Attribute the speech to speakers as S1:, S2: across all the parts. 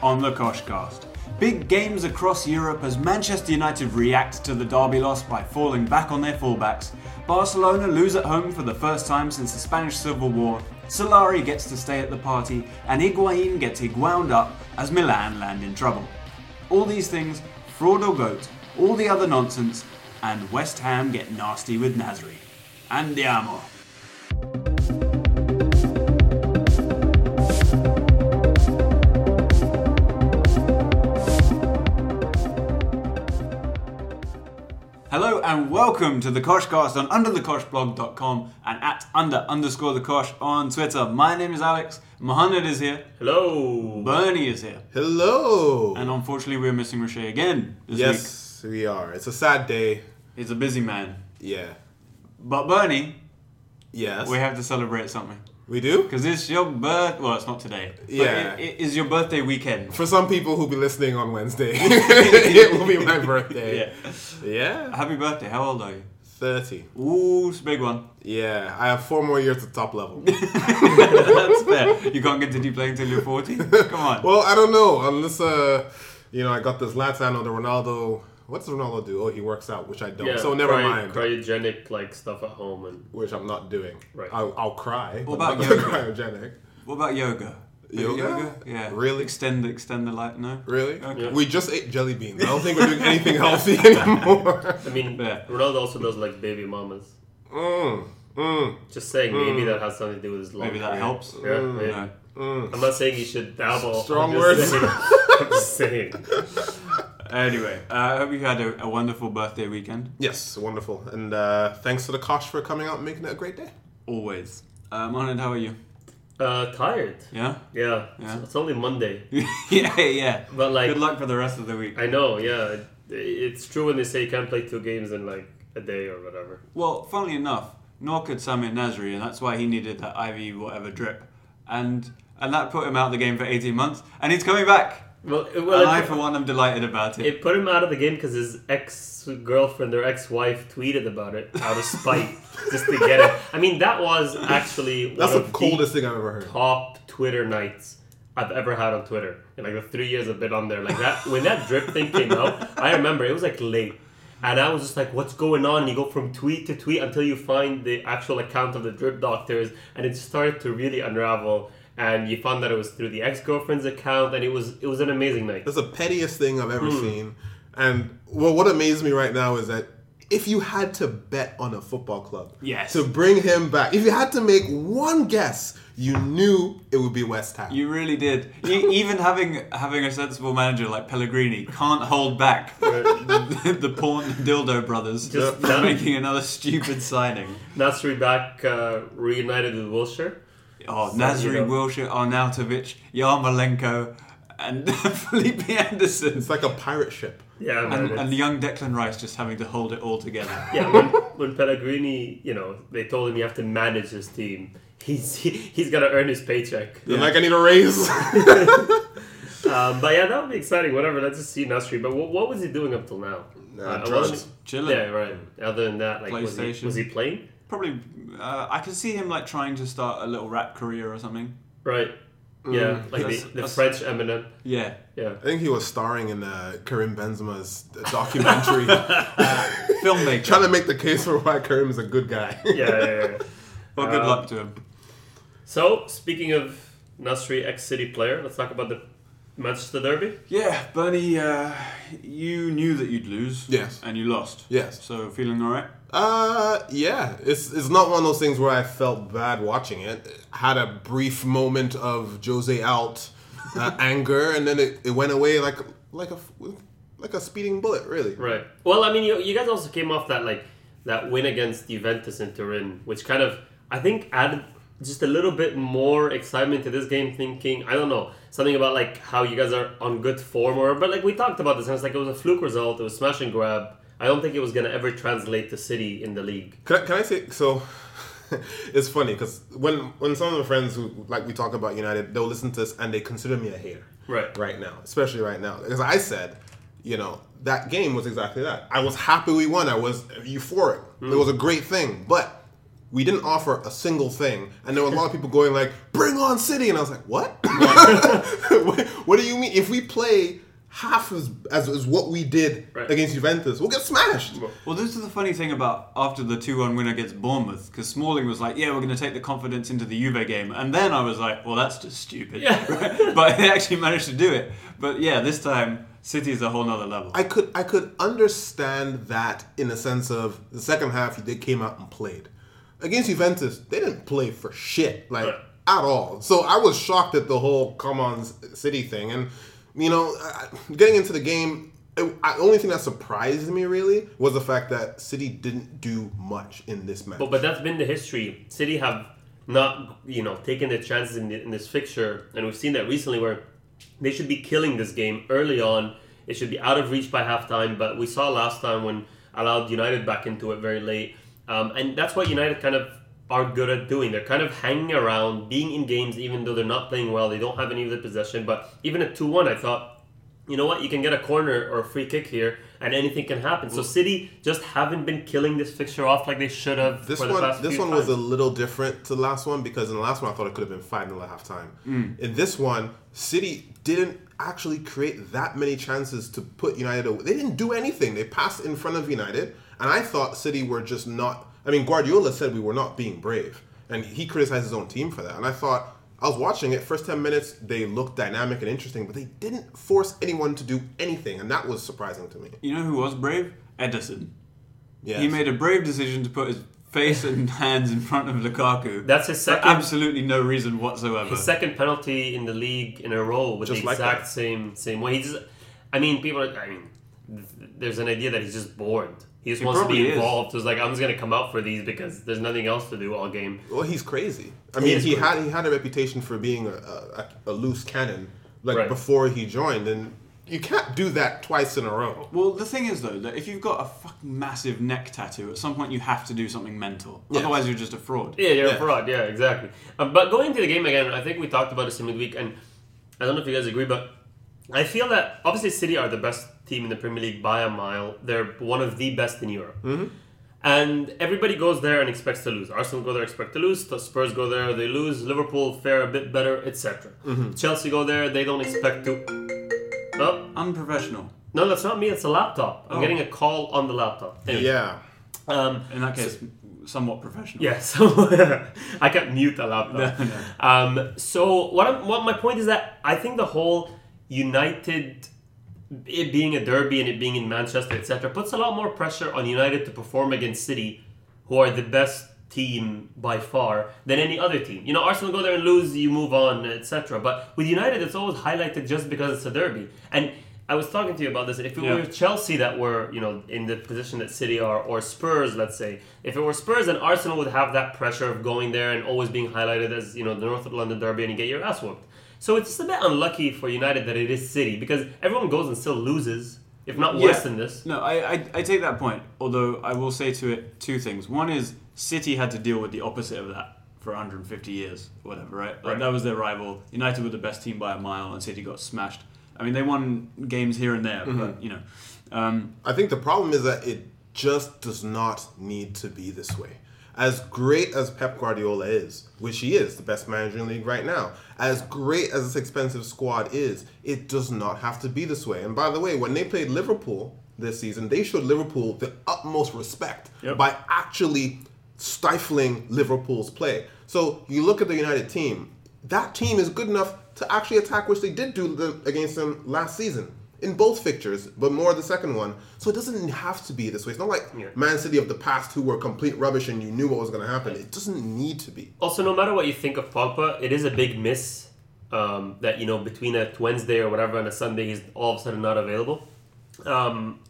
S1: on the Koshcast. Big games across Europe as Manchester United react to the derby loss by falling back on their fullbacks. Barcelona lose at home for the first time since the Spanish Civil War. Solari gets to stay at the party, and Higuain gets higuound up as Milan land in trouble. All these things, fraud or goat, all the other nonsense, and West Ham get nasty with Nasri. Andiamo. Hello and welcome to the Koshcast on underthekoshblog.com and at under underscore the Kosh on Twitter. My name is Alex, Mohammed is here,
S2: Hello.
S1: Bernie is here,
S3: Hello.
S1: and unfortunately we're missing Roche again this week.
S3: yes, we are. It's a sad day.
S1: He's a busy man.
S3: Yeah.
S1: But Bernie,
S3: Yes.
S1: we have to celebrate something.
S3: we do.
S1: Because it's your birth. Well, it's not today. But
S3: Yeah.
S1: It, it is your birthday weekend.
S3: For some people who'll be listening on Wednesday, it will be my birthday.
S1: Yeah.
S3: Yeah. Yeah.
S1: Happy birthday. How old are you?
S3: Thirty.
S1: Ooh, it's a big one.
S3: Yeah. I have four more years at top level.
S1: That's fair. You can't continue playing till you're 40. Come on.
S3: well, I don't know unless uh, you know, I got this Latan or the Ronaldo. What does Ronaldo do? Oh, he works out, which I don't. so never
S2: cry-
S3: mind.
S2: Cryogenic like stuff at home and
S3: Which I'm not doing.
S2: Right.
S3: I'll, I'll cry.
S1: What about
S3: I'm not gonna
S1: yoga?
S3: cryogenic?
S1: What about yoga? Maybe
S3: Yoga?
S1: Yeah.
S3: Really?
S1: Extend the extend the light. No.
S3: Really?
S1: Okay.
S3: We just ate jelly beans. I don't think we're doing anything healthy anymore.
S2: I mean
S1: Yeah.
S2: Ronaldo also does like baby mamas.
S3: Mm, mm,
S2: Just saying maybe that has something to do with his long
S1: Maybe that
S2: career.
S1: helps.
S2: Yeah, maybe.
S1: No.
S3: mm.
S2: I'm not saying you should dabble.
S3: Strong
S2: I'm
S3: words.
S2: just saying- I'm just saying.
S1: Anyway, uh, I hope you had a, a wonderful birthday weekend.
S3: Yes, wonderful. And uh, thanks to the Kosh for coming out and making it a great day.
S1: Always. Uh, Mohamed, how are you?
S2: Uh, tired.
S1: Yeah.
S2: Yeah.
S1: Yeah.
S2: It's only Monday.
S1: yeah. Yeah.
S2: But like
S1: Good luck for the rest of the week.
S2: I know, yeah. It, it's true when they say you can't play two games in like a day or whatever.
S1: Well, funnily enough, nor could Samir Nasri, and that's why he needed that IV whatever drip, and and that put him out of the game for eighteen months, and he's coming back.
S2: Well, it- well
S1: And I,
S2: it-
S1: for one, am delighted about it.
S2: It put him out of the game because his ex girlfriend or ex wife tweeted about it out of spite, just to get it. I mean, that was actually
S3: That's
S2: one
S3: the
S2: of
S3: coldest thing I've ever heard.
S2: the top Twitter nights I've ever had on Twitter. In like the three years I've been on there, like that when that drip thing came out, I remember it was like late. And I was just like, what's going on? And you go from tweet to tweet until you find the actual account of the drip doctors, and it started to really unravel. And you found that it was through the ex girlfriend's account, and it was it was an amazing night.
S3: That's the pettiest thing I've ever seen. And well, what amazes me right now is that if you had to bet on a football club
S1: Yes.
S3: to bring him back, if you had to make one guess, you knew it would be West Ham.
S1: you really did. You, even having having a sensible manager like Pellegrini can't hold back the, the porn dildo brothers
S2: Just
S1: from
S2: that-
S1: making another stupid signing.
S2: Nasri back uh, reunited with Wilshire.
S1: Oh,
S2: So,
S1: Nasri,
S2: you know.
S1: Wilshire, Arnautovic, Yarmolenko, and Felipe Anderson.
S3: It's like a pirate ship.
S2: Yeah, man.
S1: And, and young Declan Rice just having to hold it all together.
S2: yeah. When, when Pellegrini, you know, they told him you have to manage his team. He's he, he's gonna earn his paycheck.
S3: They're Like I need a raise.
S2: Um, but yeah, that would be exciting. Whatever. Let's just see Nasri. But what, what was he doing up till now?
S3: Nah,
S2: I
S3: drugs.
S2: wasn't-
S1: Chilling.
S2: Yeah, right. Other than that, like was he,
S1: PlayStation.
S2: was he playing?
S1: Probably, uh, I could see him like trying to start a little rap career or something.
S2: Right.
S3: Mm,
S2: Yeah, like
S1: That's-
S2: the, the
S1: that's-
S2: French Eminem.
S1: Yeah,
S2: Yeah.
S3: I think he was starring in uh, Karim Benzema's documentary,
S1: filmmaker.
S3: trying to make the case for why Karim is a good guy.
S2: Yeah. yeah, yeah.
S1: well, good
S2: Um,
S1: luck to him.
S2: so speaking of Nasri, ex-City player, let's talk about the Manchester Derby.
S1: Yeah, Bernie, uh, you knew that you'd lose.
S3: Yes.
S1: And you lost.
S3: Yes.
S1: So feeling all right?
S3: Uh, yeah. It's it's not one of those things where I felt bad watching it. Had a brief moment of Jose out uh, anger, and then it, it went away like like a like a speeding bullet, really.
S2: Right. Well, I mean, you, you guys also came off that like that win against Juventus in Turin, which kind of I think added just a little bit more excitement to this game. Thinking I don't know something about like how you guys are on good form, or but like we talked about this, and it's like it was a fluke result. It was smash and grab. I don't think it was gonna ever translate to City in the league.
S3: Can I, can I say so? it's funny because when when some of my friends who like we talk about United, they'll listen to this and they consider me a hater.
S2: Right.
S3: Right now, especially right now, because I said, you know, that
S2: Hmm.
S3: game was exactly that. I was happy we won. I was euphoric. It was a great thing, but we didn't offer a single thing, and there were a lot of people going like, "Bring on City," and I was like, "What? what, what do you mean? If we play half as as, as what we did
S2: Right.
S3: against Juventus, we'll get smashed."
S1: Well, this is the funny thing about after the 2 1 win against Bournemouth, because Smalling was like, yeah, we're going to take the confidence into the Juve game. And then I was like, well, that's just stupid.
S2: Yeah.
S1: but they actually managed to do it. But yeah, this time, City is a whole nother level.
S3: I could I could understand that in the sense of the second half they came out and played. Against Juventus, they didn't play for shit, like
S2: Right.
S3: at all. So I was shocked at the whole come on City thing. And you know, I- I- getting into the game, it, I, the only thing that surprised me really was the fact that City didn't do much in this match.
S2: But, but that's been the history. City have not, you know, taken their chances in, the, in this fixture, and we've seen that recently where they should be killing this game early on. It should be out of reach by halftime, but we saw last time when allowed United back into it very late, um, and that's what United kind of are good at doing. They're kind of hanging around, being in games, even though they're not playing well. They don't have any of the possession, but even at two one, I thought you know what? You can get a corner or a free kick here, and anything can happen. So City just haven't been killing this fixture off like they should have.
S3: This
S2: for the
S3: one,
S2: past
S3: this
S2: few
S3: one was a
S2: times.
S3: little different to the last one because in the last one I thought it could have been five 0 at halftime.
S2: Mm.
S3: In this one, City didn't actually create that many chances to put United away. They didn't do anything. They passed in front of United, and I thought City were just not. I mean, Guardiola said we were not being brave, and he criticized his own team for that. And I thought I was watching it. First ten minutes, they looked dynamic and interesting, but they didn't force anyone to do anything, and that was surprising to me.
S1: You know who was brave? Edison.
S3: Yeah,
S1: He made a brave decision to put his face and hands in front of Lukaku.
S2: That's his
S1: for
S2: second-
S1: absolutely no reason whatsoever.
S2: his second penalty in the league in a row with
S3: Just
S2: the
S3: like
S2: exact
S3: that.
S2: same same way. He just, I mean, people. Are, I mean, th- there's an idea that he's just bored. He just
S1: He
S2: wants to
S1: probably
S2: be
S1: is.
S2: involved. So it's like I'm just gonna come out for these because there's nothing else to do all game.
S3: Well, he's crazy. I mean,
S2: is
S3: he
S2: crazy.
S3: had he had a reputation for being a, a, a loose cannon, like
S2: Right.
S3: before he joined, and you can't do that twice in a row.
S1: Well, the thing is though that if you've got a fucking massive neck tattoo, at some point you have to do something mental. Otherwise, you're just a fraud.
S2: Yeah, you're
S3: Yeah.
S2: a fraud. Yeah, exactly. Um, but going into the game again, I think we talked about this in midweek, and I don't know if you guys agree, but I feel that obviously City are the best team in the Premier League by a mile. They're one of the best in Europe.
S3: Mm-hmm.
S2: And everybody goes there and expects to lose. Arsenal go there, expect to lose. The Spurs go there, they lose. Liverpool fare a bit better, etc.
S3: Mm-hmm.
S2: Chelsea go there, they don't expect to. Oh,
S1: Unprofessional.
S2: no, that's not me. It's a laptop. I'm
S1: Oh.
S2: getting a call on the laptop. Anyway,
S3: Yeah,
S2: Um,
S1: In that case, somewhat professional.
S2: yeah, so I can't mute a laptop.
S1: No, no.
S2: Um, so what, I'm, what my point is that I think the whole United it being a derby and it being in Manchester, etc., puts a lot more pressure on United to perform against City, who are the best team by far than any other team. You know, Arsenal go there and lose, you move on, etc. But with United, it's always highlighted just because it's a derby. And I was talking to you about this. If it
S1: Yeah.
S2: were Chelsea that were, you know, in the position that City are, or Spurs, let's say, if it were Spurs, then Arsenal would have that pressure of going there and always being highlighted as, you know, the North London derby, and you get your ass whooped. So it's just a bit unlucky for United that it is City because everyone goes and still loses, if not worse
S1: Yeah.
S2: than this.
S1: No, I, I I take that point. Although I will say to it two things. One is City had to deal with the opposite of that for 150 years, or whatever. Right? Like
S2: Right.
S1: that was their rival. United were the best team by a mile, and City got smashed. I mean, they won games here and there, but you know. Um,
S3: I think the problem is that it just does not need to be this way. As great as Pep Guardiola is, which he is, the best manager in the league right now, as great as this expensive squad is, it does not have to be this way. And by the way, when they played Liverpool this season, they showed Liverpool the utmost respect
S1: Yep.
S3: by actually stifling Liverpool's play. So you look at the United team, that team is good enough to actually attack, which they did do the, against them last season in both fixtures, but more the second one. So it doesn't have to be this way. It's not like
S2: Yeah.
S3: Man City of the past who were complete rubbish and you knew what was going to happen. It doesn't need to be.
S2: Also, no matter what you think of Pogba, it is a big miss um, that you know between a Wednesday or whatever and a Sunday, he's all of a sudden not available. Um,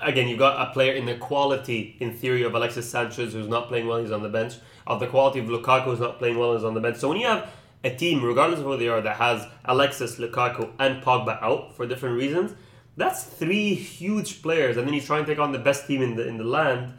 S2: again, you've got a player in the quality, in theory, of Alexis Sanchez who's not playing well, he's on the bench. Of the quality of Lukaku who's not playing well, he's on the bench. So when you have a team, regardless of who they are, that has Alexis, Lukaku, and Pogba out for different reasons, that's three huge players, and then you try and take on the best team in the in the land.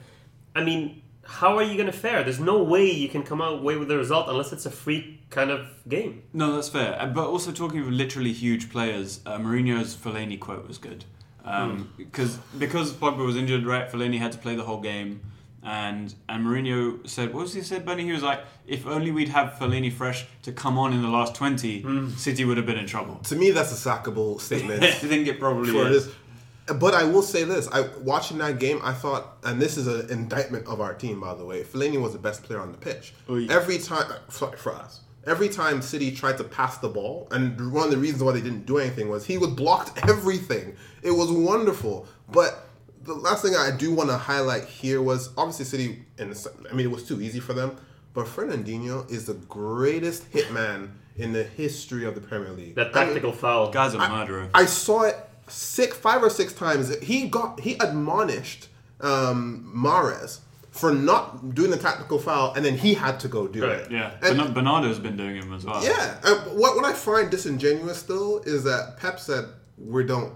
S2: I mean, how are you going to fare? There's no way you can come out away with the result unless it's a free kind of game.
S1: No, that's fair. Uh, But also talking of literally huge players, uh, Mourinho's Fellaini quote was good. Um 'cause because Pogba was injured, right? Fellaini had to play the whole game. And and Mourinho said, what was he said, Benny? He was like, if only we'd have Fellini fresh to come on in the last twenty, City would have been in trouble.
S3: To me, that's a sackable
S1: I
S3: statement.
S1: think it probably
S3: for
S1: is.
S3: this. But I will say this: I watching that game, I thought, and this is an indictment of our team, by the way. Fellaini was the best player on the pitch.
S1: Oy.
S3: Every time, sorry for us. Every time City tried to pass the ball, and one of the reasons why they didn't do anything was he was blocked everything. It was wonderful. But the last thing I do want to highlight here was obviously City, and it's- I mean it was too easy for them. But Fernandinho is the greatest hitman in the history of the Premier League.
S2: That
S3: I mean,
S2: tactical foul.
S1: Guy's a
S3: I-
S1: murderer.
S3: I saw it six, five or six times. He got he admonished um, Mares for not doing the tactical foul, and then he had to go do
S2: Right,
S3: it.
S1: yeah,
S3: And-
S1: Bern- Bernardo's been doing him as well.
S3: yeah. Uh, what what I find disingenuous though is that Pep said we don't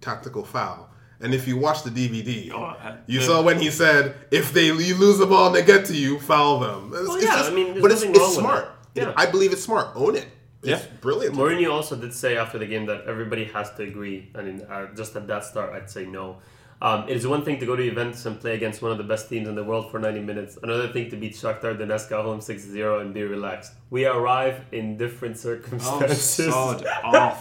S3: tactical foul. And if you watch the DVD,
S1: Oh, uh,
S3: you
S1: the-
S3: saw when he said, "If they you lose the ball and they get to you, foul them." It's-
S2: Well,
S3: it's
S2: yeah,
S3: just-
S2: I mean, there's
S3: but it's,
S2: nothing
S3: it's
S2: wrong with
S3: smart.
S2: it. Yeah.
S3: I believe it's smart. Own it. It's
S1: Yeah.
S3: brilliant.
S2: Mourinho also did say after the game that everybody has to agree. I mean, uh, just at that start, I'd say no. Um, it is one thing to go to Juventus and play against one of the best teams in the world for 90 minutes. Another thing to beat Shakhtar Donetsk at home 6-0 and be relaxed. We arrive in different
S1: Oh,
S2: circumstances.
S1: sod off.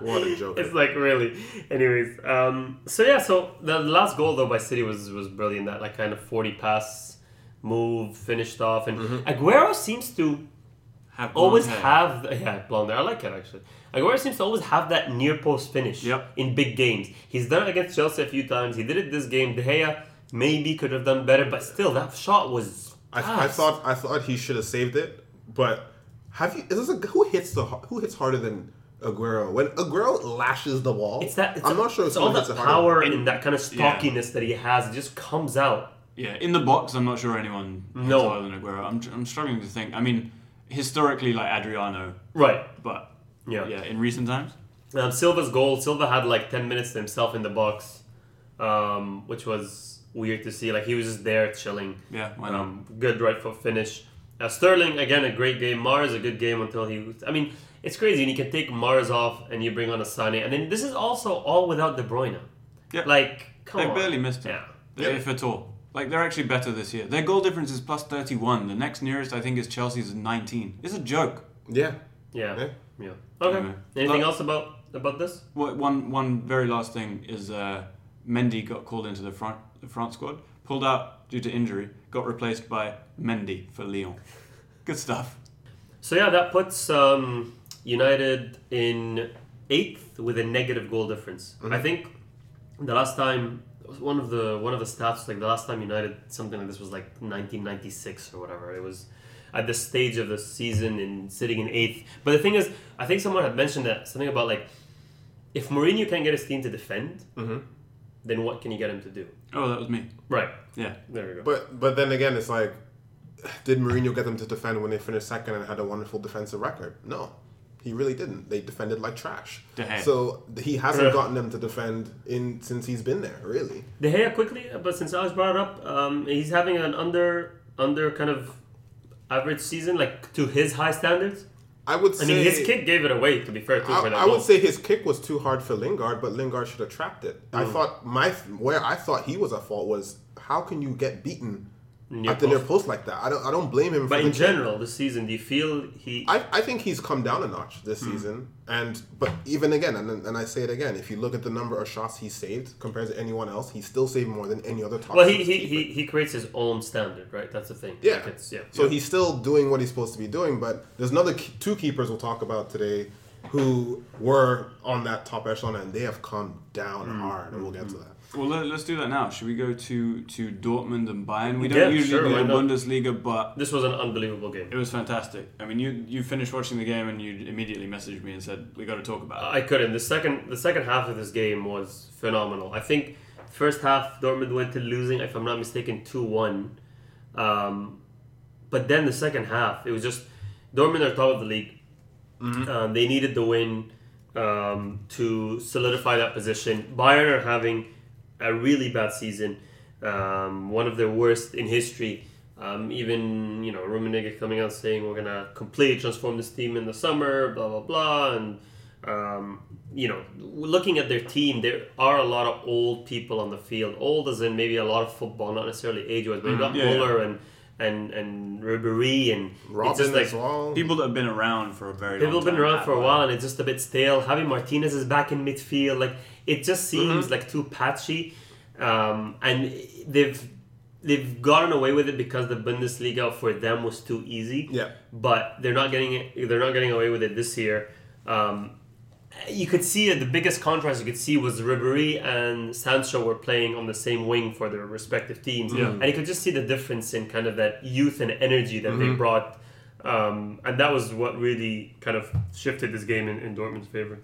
S3: What a joke.
S2: It's like really. Anyways, um, so yeah, so the last goal though by City was was brilliant. That like kind of forty pass move finished off, and
S3: Mm-hmm.
S2: Aguero seems to
S1: Have
S2: always
S1: blonde hair.
S2: have the, yeah blonde. hair. I like it actually. Aguero seems to always have that near post finish
S1: Yep.
S2: in big games. He's done it against Chelsea a few times. He did it this game. De Gea maybe could have done better, but still that shot was.
S3: I, I
S2: fast.
S3: thought I thought he should have saved it, but have you? Is this a, who hits the who hits harder than Aguero? When Aguero lashes the wall,
S2: It's that. It's
S3: I'm not sure
S2: It's
S3: if someone
S2: all that
S3: hits it harder.
S2: power and that kind of stockiness that he has. It just comes out.
S1: Yeah, in the box, I'm not sure anyone
S2: No.
S1: no. other than Aguero. I'm, I'm struggling to think. I mean, historically, like Adriano,
S2: Right.
S1: but
S2: Yeah.
S1: yeah, in recent times,
S2: Um, Silva's goal. Silva had like ten minutes to himself in the box, um, which was weird to see. Like he was just there chilling.
S1: yeah, why not?
S2: Um, good right foot finish. Uh, Sterling again a great game. Mars a good game until he. I mean, it's crazy. And you can take Mars off and you bring on a Sané, and then this is also all without De Bruyne.
S1: Yeah.
S2: Like come
S1: they
S2: on.
S1: barely missed it,
S2: Yeah.
S1: They- if at all. Like they're actually better this year. Their goal difference is plus 31. The next nearest, I think, is Chelsea's 19. It's a joke.
S3: Yeah,
S2: Yeah.
S3: Yeah.
S2: Yeah. Okay.
S1: Anyway.
S2: Anything
S1: Well-
S2: else about about this?
S1: What- One one very last thing is uh, Mendy got called into the front the front squad, pulled out due to injury, got replaced by Mendy for Lyon. Good stuff.
S2: So yeah, that puts um, United in eighth with a negative goal difference. I think the last time one of the one of the stats like the last time United something like this was like 1996 or whatever. It was at the stage of the season and sitting in eighth. But the thing is, I think someone had mentioned that something about like if Mourinho can't get his team to defend, then what can you get him to do?
S1: Oh, that was me.
S2: Right
S1: Yeah.
S2: there we go.
S3: but but then again, it's like, did Mourinho get them to defend when they finished second and had a wonderful defensive record? No, he really didn't. They defended like trash.
S1: De Gea.
S3: So he hasn't
S2: Yeah.
S3: gotten them to defend in since he's been there. Really,
S2: De Gea quickly, but since Alex brought it up, um, he's having an under under kind of average season, like to his high standards.
S3: I would say
S2: I mean, his kick gave it away. To be fair, too,
S3: I,
S2: for that
S3: I
S2: goal.
S3: would say his kick was too hard for Lingard, but Lingard should have trapped it. I
S2: Mm.
S3: thought my where I thought he was at fault was how can you get beaten
S2: Near
S3: at the near
S2: post.
S3: post like that? I don't I don't blame him.
S2: but
S3: for
S2: in
S3: the,
S2: general, this season, do you feel he?
S3: I, I think he's come down a notch this
S2: Hmm.
S3: season, and but even again, and, and I say it again, if you look at the number of shots he saved compared to anyone else, he's still saved more than any other top.
S2: well, he
S3: six
S2: he,
S3: keeper.
S2: he he creates his own standard, right? That's the thing.
S3: Yeah.
S2: Like, it's, yeah.
S3: So he's still doing what he's supposed to be doing, but there's another k- two keepers we'll talk about today who were on that top echelon and they have come down
S2: Mm-hmm.
S3: hard, and we'll get to that.
S1: Well, let, us do that now. Should we go to to Dortmund and Bayern? We don't
S2: Yeah,
S1: usually
S2: sure,
S1: do
S2: why
S1: the
S2: not?
S1: Bundesliga, but
S2: This was an unbelievable game.
S1: it was fantastic. I mean, you you finished watching the game and you immediately messaged me and said we got to talk about it.
S2: I couldn't. The second the second half of this game was phenomenal. I think first half Dortmund went to losing, if I'm not mistaken, two one. Um, but then the second half, it was just Dortmund are top of the league. Um, they needed the win um, to solidify that position. Bayern are having a really bad season, um, one of their worst in history. Um, even you know Rummenigge coming out saying we're gonna completely transform this team in the summer, blah blah blah, and um, you know, looking at their team, there are a lot of old people on the field. Old as in maybe a lot of football, not necessarily age-wise, but you got
S1: Mm-hmm. yeah,
S2: Muller and and and Ribery and it's
S3: Robin
S2: just like,
S3: as well.
S1: People that have been around for a very
S2: People
S1: long
S2: have been
S1: time
S2: around
S1: at
S2: for a
S1: Bayern.
S2: while and it's just a bit stale. Javi Martinez is back in midfield. Like it just
S1: Mm-hmm.
S2: seems like too patchy, um, and they've they've gotten away with it because the Bundesliga for them was too easy.
S3: Yeah.
S2: but they're not getting it. They're not getting away with it this year. Um, you could see that the biggest contrast you could see was Ribery and Sancho were playing on the same wing for their respective teams, and you could just see the difference in kind of that youth and energy that they brought, um, and that was what really kind of shifted this game in, in Dortmund's favor.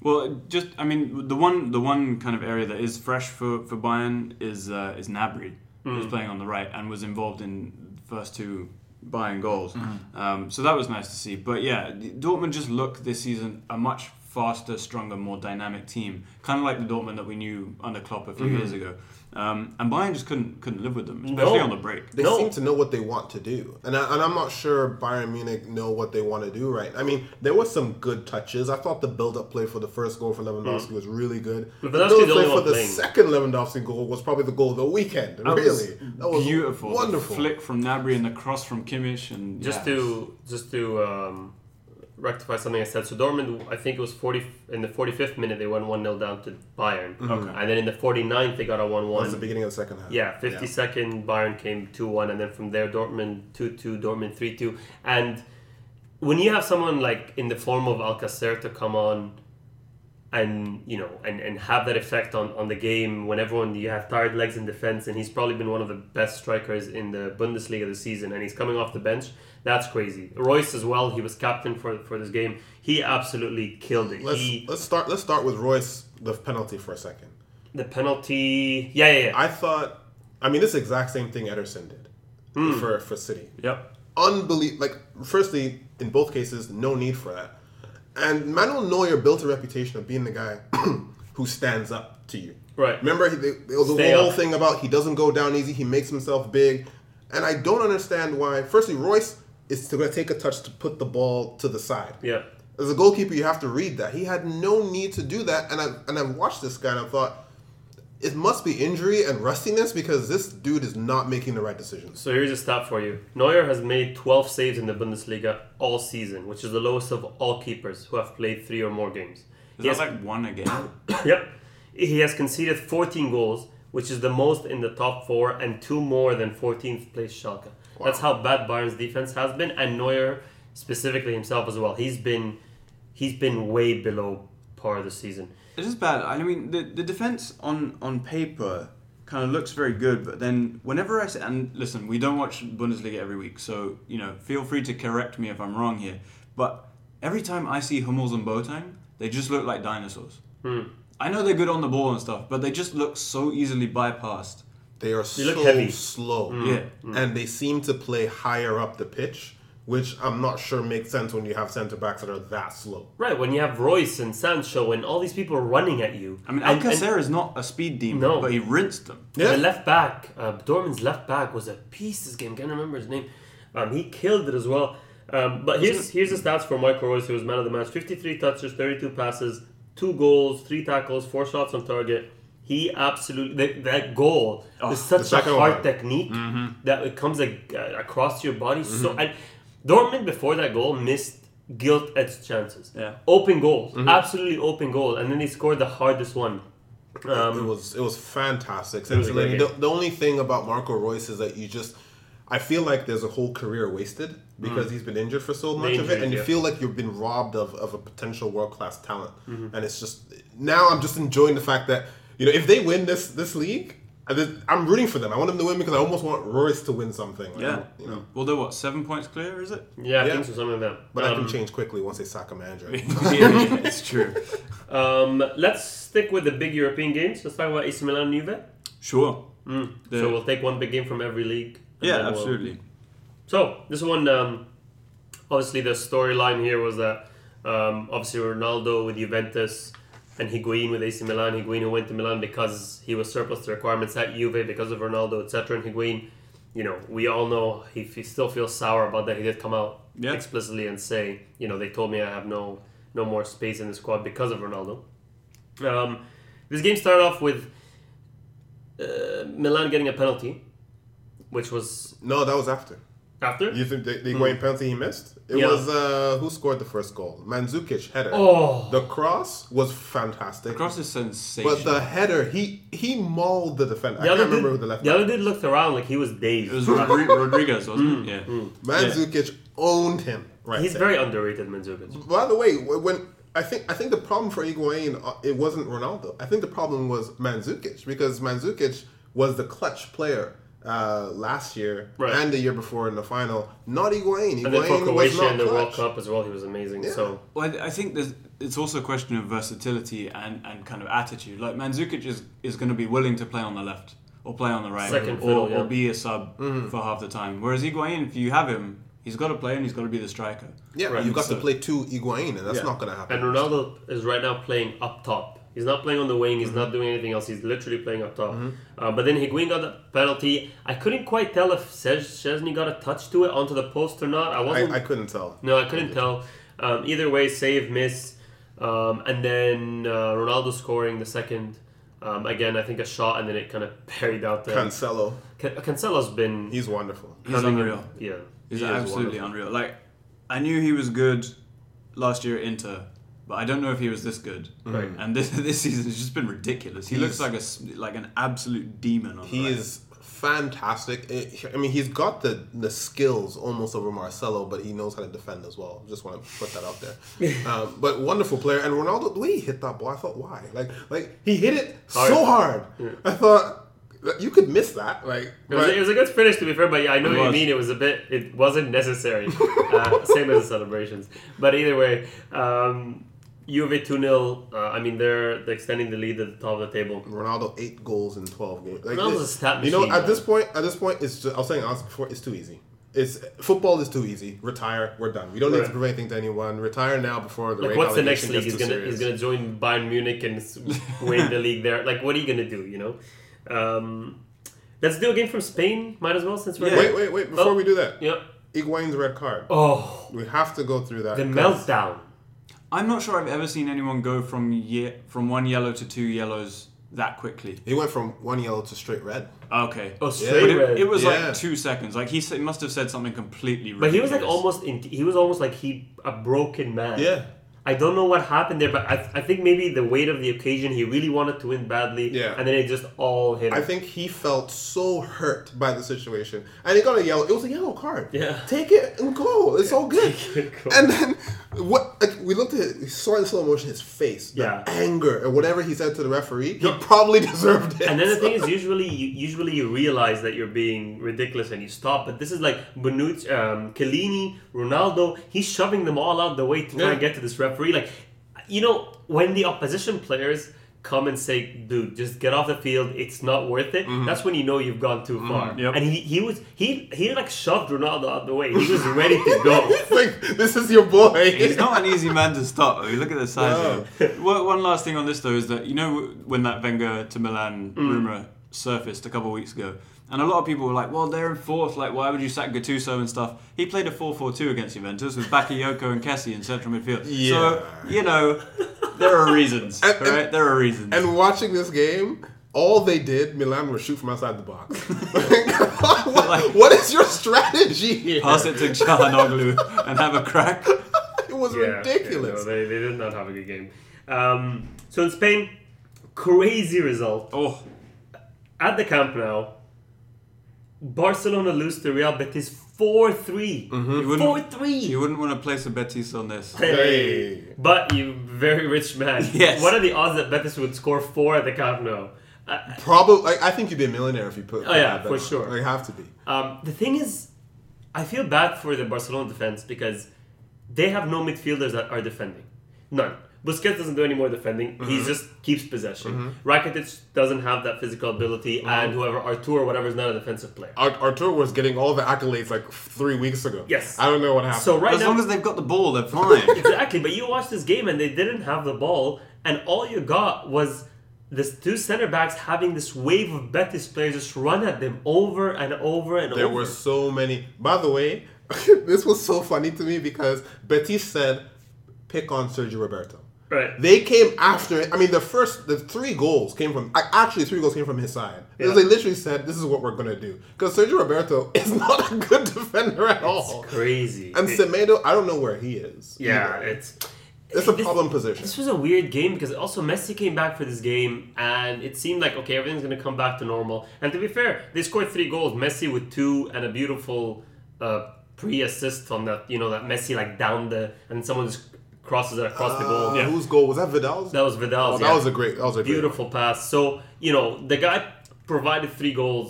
S1: Well, just I mean the one the one kind of area that is fresh for for Bayern is uh, is Nabry,
S3: Mm.
S1: who's playing on the right and was involved in the first two Bayern goals.
S3: Mm-hmm.
S1: Um, so that was nice to see. But yeah, Dortmund just look this season a much faster, stronger, more dynamic team, kind of like the Dortmund that we knew under Klopp a few
S3: Mm-hmm.
S1: years ago. Um, and Bayern just couldn't couldn't live with them, especially
S2: No.
S1: on the break.
S3: They
S2: No.
S3: seem to know what they want to do, and I, and I'm not sure Bayern Munich know what they want to do right. I mean, there was some good touches. I thought the build-up play for the first goal for Lewandowski was really good. The
S2: Lewandowski's
S3: build-up
S2: Mm. the
S3: play
S2: only
S3: for
S2: one
S3: the
S2: playing.
S3: second Lewandowski goal was probably the goal of the weekend.
S1: That
S3: really,
S1: was
S3: that was
S1: beautiful. The
S3: wonderful.
S1: flick from Nabry and the cross from Kimmich and
S2: Just
S1: yeah.
S2: to just to um, rectify something I said, so Dortmund, I think it was forty in the forty fifth minute they went one 0 down to Bayern, and then in the 49th they got a one
S3: That was the
S2: one.
S3: beginning of the second half.
S2: Yeah, 52nd Bayern came 2 1, and then from there, Dortmund 2 2, Dortmund 3 2. And when you have someone like in the form of Alcacer to come on and you know and, and have that effect on, on the game when everyone you have tired legs in defense and he's probably been one of the best strikers in the Bundesliga this season and he's coming off the bench that's crazy Royce as well he was captain for, for this game he absolutely killed it
S3: Let's
S2: he
S3: let's start let's start with Royce the penalty for a second.
S2: the penalty yeah yeah, yeah.
S3: I thought, I mean, this is the exact same thing Ederson did
S2: Hmm.
S3: for for City.
S1: yep.
S3: unbelievable. Like, firstly, in both cases, no need for that. And Manuel Neuer built a reputation of being the guy who stands up to you.
S2: Right.
S3: Remember, he, they, there was
S2: Stay
S3: the whole
S2: up.
S3: thing about he doesn't go down easy. He makes himself big, and I don't understand why. Firstly, Royce is going to take a touch to put the ball to the side.
S2: yeah
S3: As a goalkeeper, you have to read that. He had no need to do that, and I and I watched this guy and I thought it must be injury and rustiness because this dude is not making the right decisions.
S2: So here's a stat for you. Neuer has made 12 saves in the Bundesliga all season, which is the lowest of all keepers who have played three or more games.
S1: Is
S2: He has,
S1: that like one again?
S2: yep. He has conceded 14 goals, which is the most in the top four, and two more than 14th place Schalke. That's how bad Bayern's defense has been, and Neuer specifically himself as well. He's been he's been way below par this season.
S1: It is bad. I mean, the, the defense on on paper kind of looks very good, but then whenever I say, and listen, we don't watch Bundesliga every week, so you know, feel free to correct me if I'm wrong here. But every time I see Hummels and Boateng, they just look like dinosaurs.
S2: Hmm.
S1: I know they're good on the ball and stuff, but they just look so easily bypassed.
S3: They are
S2: look
S3: so
S2: heavy.
S3: slow.
S1: Yeah.
S3: And they seem to play higher up the pitch, which I'm not sure makes sense when you have center backs that are that slow.
S2: Right, when you have Royce and Sancho and all these people running at you.
S1: I mean,
S2: And- and-
S1: Alcacer is not a speed demon,
S2: No.
S1: but he rinsed them.
S3: Yeah.
S2: The left back, uh, Dorman's left back was a piece this game. Can't remember his name. Um, he killed it as well. Um, but here's here's the stats for Michael Royce, who was man of the match: 53 touches, 32 passes, two goals, three tackles, four shots on target. He absolutely that, that goal is such a
S3: Oh, second
S2: hard
S3: one. Mm-hmm.
S2: technique that it comes like, uh, across your body. So and Dortmund before that goal missed guilt edged chances.
S1: Yeah.
S2: Open goals,
S3: Mm-hmm.
S2: absolutely open goal, and then he scored the hardest one.
S3: it was it was fantastic.
S2: Um, was a great
S3: Scintillating. the, the only thing about Marco Royce is that you just I feel like there's a whole career wasted because he's been injured for so much of
S2: injuries,
S3: it, and you
S2: Mm. yeah.
S3: feel like you've been robbed of, of a potential world class talent.
S2: Mm-hmm.
S3: And it's just now I'm just enjoying the fact that you know if they win this this league, I just- I'm rooting for them. I want them to win because I almost want Royce to win something. Like,
S1: Yeah.
S3: you know.
S1: Well, they're what seven points clear, is it?
S2: Yeah, I
S3: Yeah.
S2: think so, something like that.
S3: But I
S2: Um,
S3: can change quickly once they sack a manager.
S1: it's true.
S2: Um, let's stick with the big European games. Let's talk about AC Milan and Juve.
S1: Sure. The-
S2: Hmm. So we'll take one big game from every league. and
S1: yeah,
S2: then we'll-
S1: absolutely.
S2: So this one, um, obviously, the storyline here was that um, obviously Ronaldo with Juventus and Higuain with AC Milan. Higuain who went to Milan because he was surplus to requirements at Juve because of Ronaldo, etc. And Higuain, you know, we all know he, he still feels sour about that. He did come out
S1: Yeah.
S2: explicitly and say, you know, they told me I have no no more space in the squad because of Ronaldo. Um, this game started off with uh, Milan getting a penalty, which was
S3: No, that was after.
S2: after.
S3: You think the, the Higuain penalty he missed? It
S2: Hmm. Yeah.
S3: was uh, who scored the first goal? Mandzukic header.
S2: Oh.
S3: The cross was fantastic.
S1: Cross is sensational.
S3: but the header, he he mauled the defender. I can't
S2: dude,
S3: remember who the left.
S2: the
S3: back-
S2: other dude looked around like he was dazed.
S1: it was Rodri- Rodriguez,
S2: Mm,
S1: wasn't it? Yeah.
S3: Mandzukic owned him. Right.
S2: He's
S3: there.
S2: very underrated, Mandzukic.
S3: By the way, wh- when I think I think the problem for Higuain, uh, it wasn't Ronaldo. I think the problem was Mandzukic because Mandzukic was the clutch player uh, last year
S2: Right.
S3: and the year before in the final. Not Higuain.
S2: And then for
S3: Higuain was
S2: Croatia
S3: not
S2: in the World
S3: clutch.
S2: Cup as well, he was amazing. So
S1: Well, I I think there's, it's also a question of versatility and, and kind of attitude. Like Mandzukic is, is going to be willing to play on the left or play on the right
S2: Second
S1: or,
S2: fiddle,
S1: or
S2: yeah.
S1: be a sub
S3: Mm-hmm.
S1: for half the time. Whereas Higuain, if you have him, he's got to play and he's got to be the striker.
S3: Yeah,
S2: Right.
S3: you've got
S1: So-
S3: to play two Higuain, and that's
S1: Yeah.
S3: not going to happen.
S2: and Ronaldo is right now playing up top. He's not playing on the wing. He's
S3: Mm-hmm.
S2: not doing anything else. He's literally playing up top. Uh, but then Higuain got the penalty. I couldn't quite tell if Sez- Szczesny got a touch to it onto the post or not. I wasn't.
S3: I, I couldn't tell.
S2: no, I couldn't tell. Um, either way, save, miss, um, and then uh, Ronaldo scoring the second. Um, again, I think a shot, and then it kind of parried out there.
S3: Cancelo,
S2: Can- uh, Cancelo's been
S3: he's wonderful.
S1: He's
S2: having a-
S1: unreal.
S2: Yeah,
S1: He's
S2: he is
S1: absolutely
S2: wonderful.
S1: unreal. Like, I knew he was good last year at Inter, but I don't know if he was this good.
S2: Right.
S1: And this this season has just been ridiculous. He looks
S3: He's-
S1: like a s- like an absolute demon. On the
S3: He
S1: right.
S3: is fantastic. Eh, I- I mean, he's got the, the skills almost over Marcelo, but he knows how to defend as well. Just want to put that out there. um, but wonderful player. And Ronaldo, the way he hit that ball, I thought, why? Like, like he hit it so hard. I thought you could miss that. Like,
S2: It was,
S3: but-
S2: it was a good finish, to be fair, but yeah, I know
S1: It
S2: what you
S1: was.
S2: mean. It was a bit, it wasn't necessary. uh, same as the celebrations. But either way, um, Juve 2 0. Uh, I mean, they're, they're extending the lead at the top of the table.
S3: Ronaldo eight goals in twelve games. Like, it-
S2: Ronaldo's a stat
S3: You know,
S2: machine,
S3: at
S2: man.
S3: this point, at this point, it's just, I was saying I was before, it's too easy. It's football is too easy. Retire, we're done. We don't need
S2: Right.
S3: to prove anything to anyone. Retire now before the
S2: Like,
S3: rate
S2: what's the next
S3: allocation
S2: league?
S3: gets
S2: He's
S3: too
S2: gonna he's
S3: serious.
S2: gonna join Bayern Munich and s- win the league there. Like, what are you gonna do? You know, um, let's do a game from Spain. Might as well since we're
S1: Yeah.
S3: Wait, wait, wait! Before
S2: Oh.
S3: we do that,
S2: Yep.
S3: Iguain's red card.
S2: Oh,
S3: We have to go through that.
S2: the
S3: 'cause-
S2: meltdown.
S1: I'm not sure I've ever seen anyone go from ye- from one yellow to two yellows that quickly.
S3: He went from one yellow to straight red.
S1: Okay.
S2: Oh,
S1: But
S2: straight
S1: it,
S2: red.
S1: it was
S3: Yeah.
S1: like two seconds. Like he sa- must have said something completely.
S2: But he was like
S1: ridiculous.
S2: almost in, he was almost like he a broken man.
S3: Yeah.
S2: I don't know what happened there, but I, I think maybe the weight of the occasion, he really wanted to win badly.
S3: Yeah.
S2: And then it just all hit
S3: I
S2: him.
S3: think he felt so hurt by the situation, and he got a yellow. It was a yellow card.
S2: Yeah.
S3: take it and go. It's all good.
S2: Take it and go.
S3: And then what? Like, we looked at it, we saw in slow motion his face, the
S2: Yeah.
S3: anger, and whatever he said to the referee. He probably deserved it.
S2: And then the thing is, usually you, usually you realize that you're being ridiculous and you stop. But this is like Bonucci, um, Chiellini, Ronaldo. He's shoving them all out the way to try
S3: Yeah.
S2: and get to this referee. Like, you know, when the opposition players come and say, "Dude, just get off the field. It's not worth it."
S3: Mm-hmm.
S2: That's when you know you've gone too far.
S1: yep.
S2: And he, he was he he like shoved Ronaldo out the way. He was ready to go.
S3: It's like this is your boy.
S1: He's not an easy man to stop. I mean, look at the size.
S3: No.
S1: of him. One one last thing on this though is that you know when that Wenger to Milan
S3: Mm.
S1: rumor surfaced a couple of weeks ago, and a lot of people were like, "Well, they're in fourth. Like, why would you sack Gattuso and stuff?" He played a 4-4-2 against Juventus with Bakayoko and Kessie in central midfield.
S3: Yeah.
S1: So you know, there are reasons,
S3: And- and-
S1: right? There are reasons.
S3: And watching this game, all they did, Milan was shoot from outside the box. What-
S1: Like-
S3: what is your strategy here?
S1: Pass it to Chahanoglu and have a crack.
S3: It was
S2: Yeah,
S3: ridiculous.
S2: yeah, no, they, they did not have a good game. Um, so in Spain, crazy result
S1: Oh,
S2: at the Camp Nou. Barcelona lose to Real Betis four three.
S1: Mm-hmm. You wouldn't-
S2: Four three.
S1: you wouldn't want to place a Betis on this.
S3: Hey.
S2: But you very rich man.
S1: Yes.
S2: What are the odds that Betis would score four at the Camp Nou? Uh,
S3: Probably, like, I think you'd be a millionaire if you put.
S2: Oh, yeah,
S3: put that
S2: for
S3: on.
S2: sure.
S3: Like, have to be.
S2: Um, the thing is, I feel bad for the Barcelona defense because they have no midfielders that are defending. None. Busquets doesn't do any more defending.
S1: Mm-hmm.
S2: He just keeps possession. Rakitic doesn't have that physical ability,
S1: Mm-hmm.
S2: and whoever Artur or whatever is not a defensive player.
S1: Uh,
S3: Ar- Artur was getting all the accolades like three weeks ago.
S2: Yes.
S3: I don't know what happened.
S2: So right
S1: As
S2: now,
S1: long as they've got the ball, they're fine.
S2: exactly. But you watch this game, and they didn't have the ball, and all you got was. This two center backs having this wave of Betis players just run at them over and over and
S3: There
S2: over.
S3: were so many. By the way, this was so funny to me because Betis said, pick on Sergio Roberto.
S2: Right.
S3: They came after it. I mean, the first, the three goals came from, I- actually, three goals came from his side. Because
S2: Yeah.
S3: They literally said, this is what we're going to do. Because Sergio Roberto is not a good defender at all.
S2: Crazy.
S3: And
S2: It-
S3: Semedo, I don't know where he is.
S2: yeah,
S3: either.
S2: it's
S3: It's a
S2: this-
S3: problem position.
S2: This was a weird game because also Messi came back for this game and it seemed like okay everything's gonna come back to normal. And to be fair, they scored three goals. Messi with two and a beautiful uh, pre-assist on that you know that Messi like down the and someone just crosses it across the
S3: Uh,
S2: goal.
S3: Whose goal was that? Vidal's.
S2: That was Vidal's.
S3: Oh, that
S2: yeah.
S3: was a great. That was a great
S2: beautiful pass. So you know the guy provided three goals,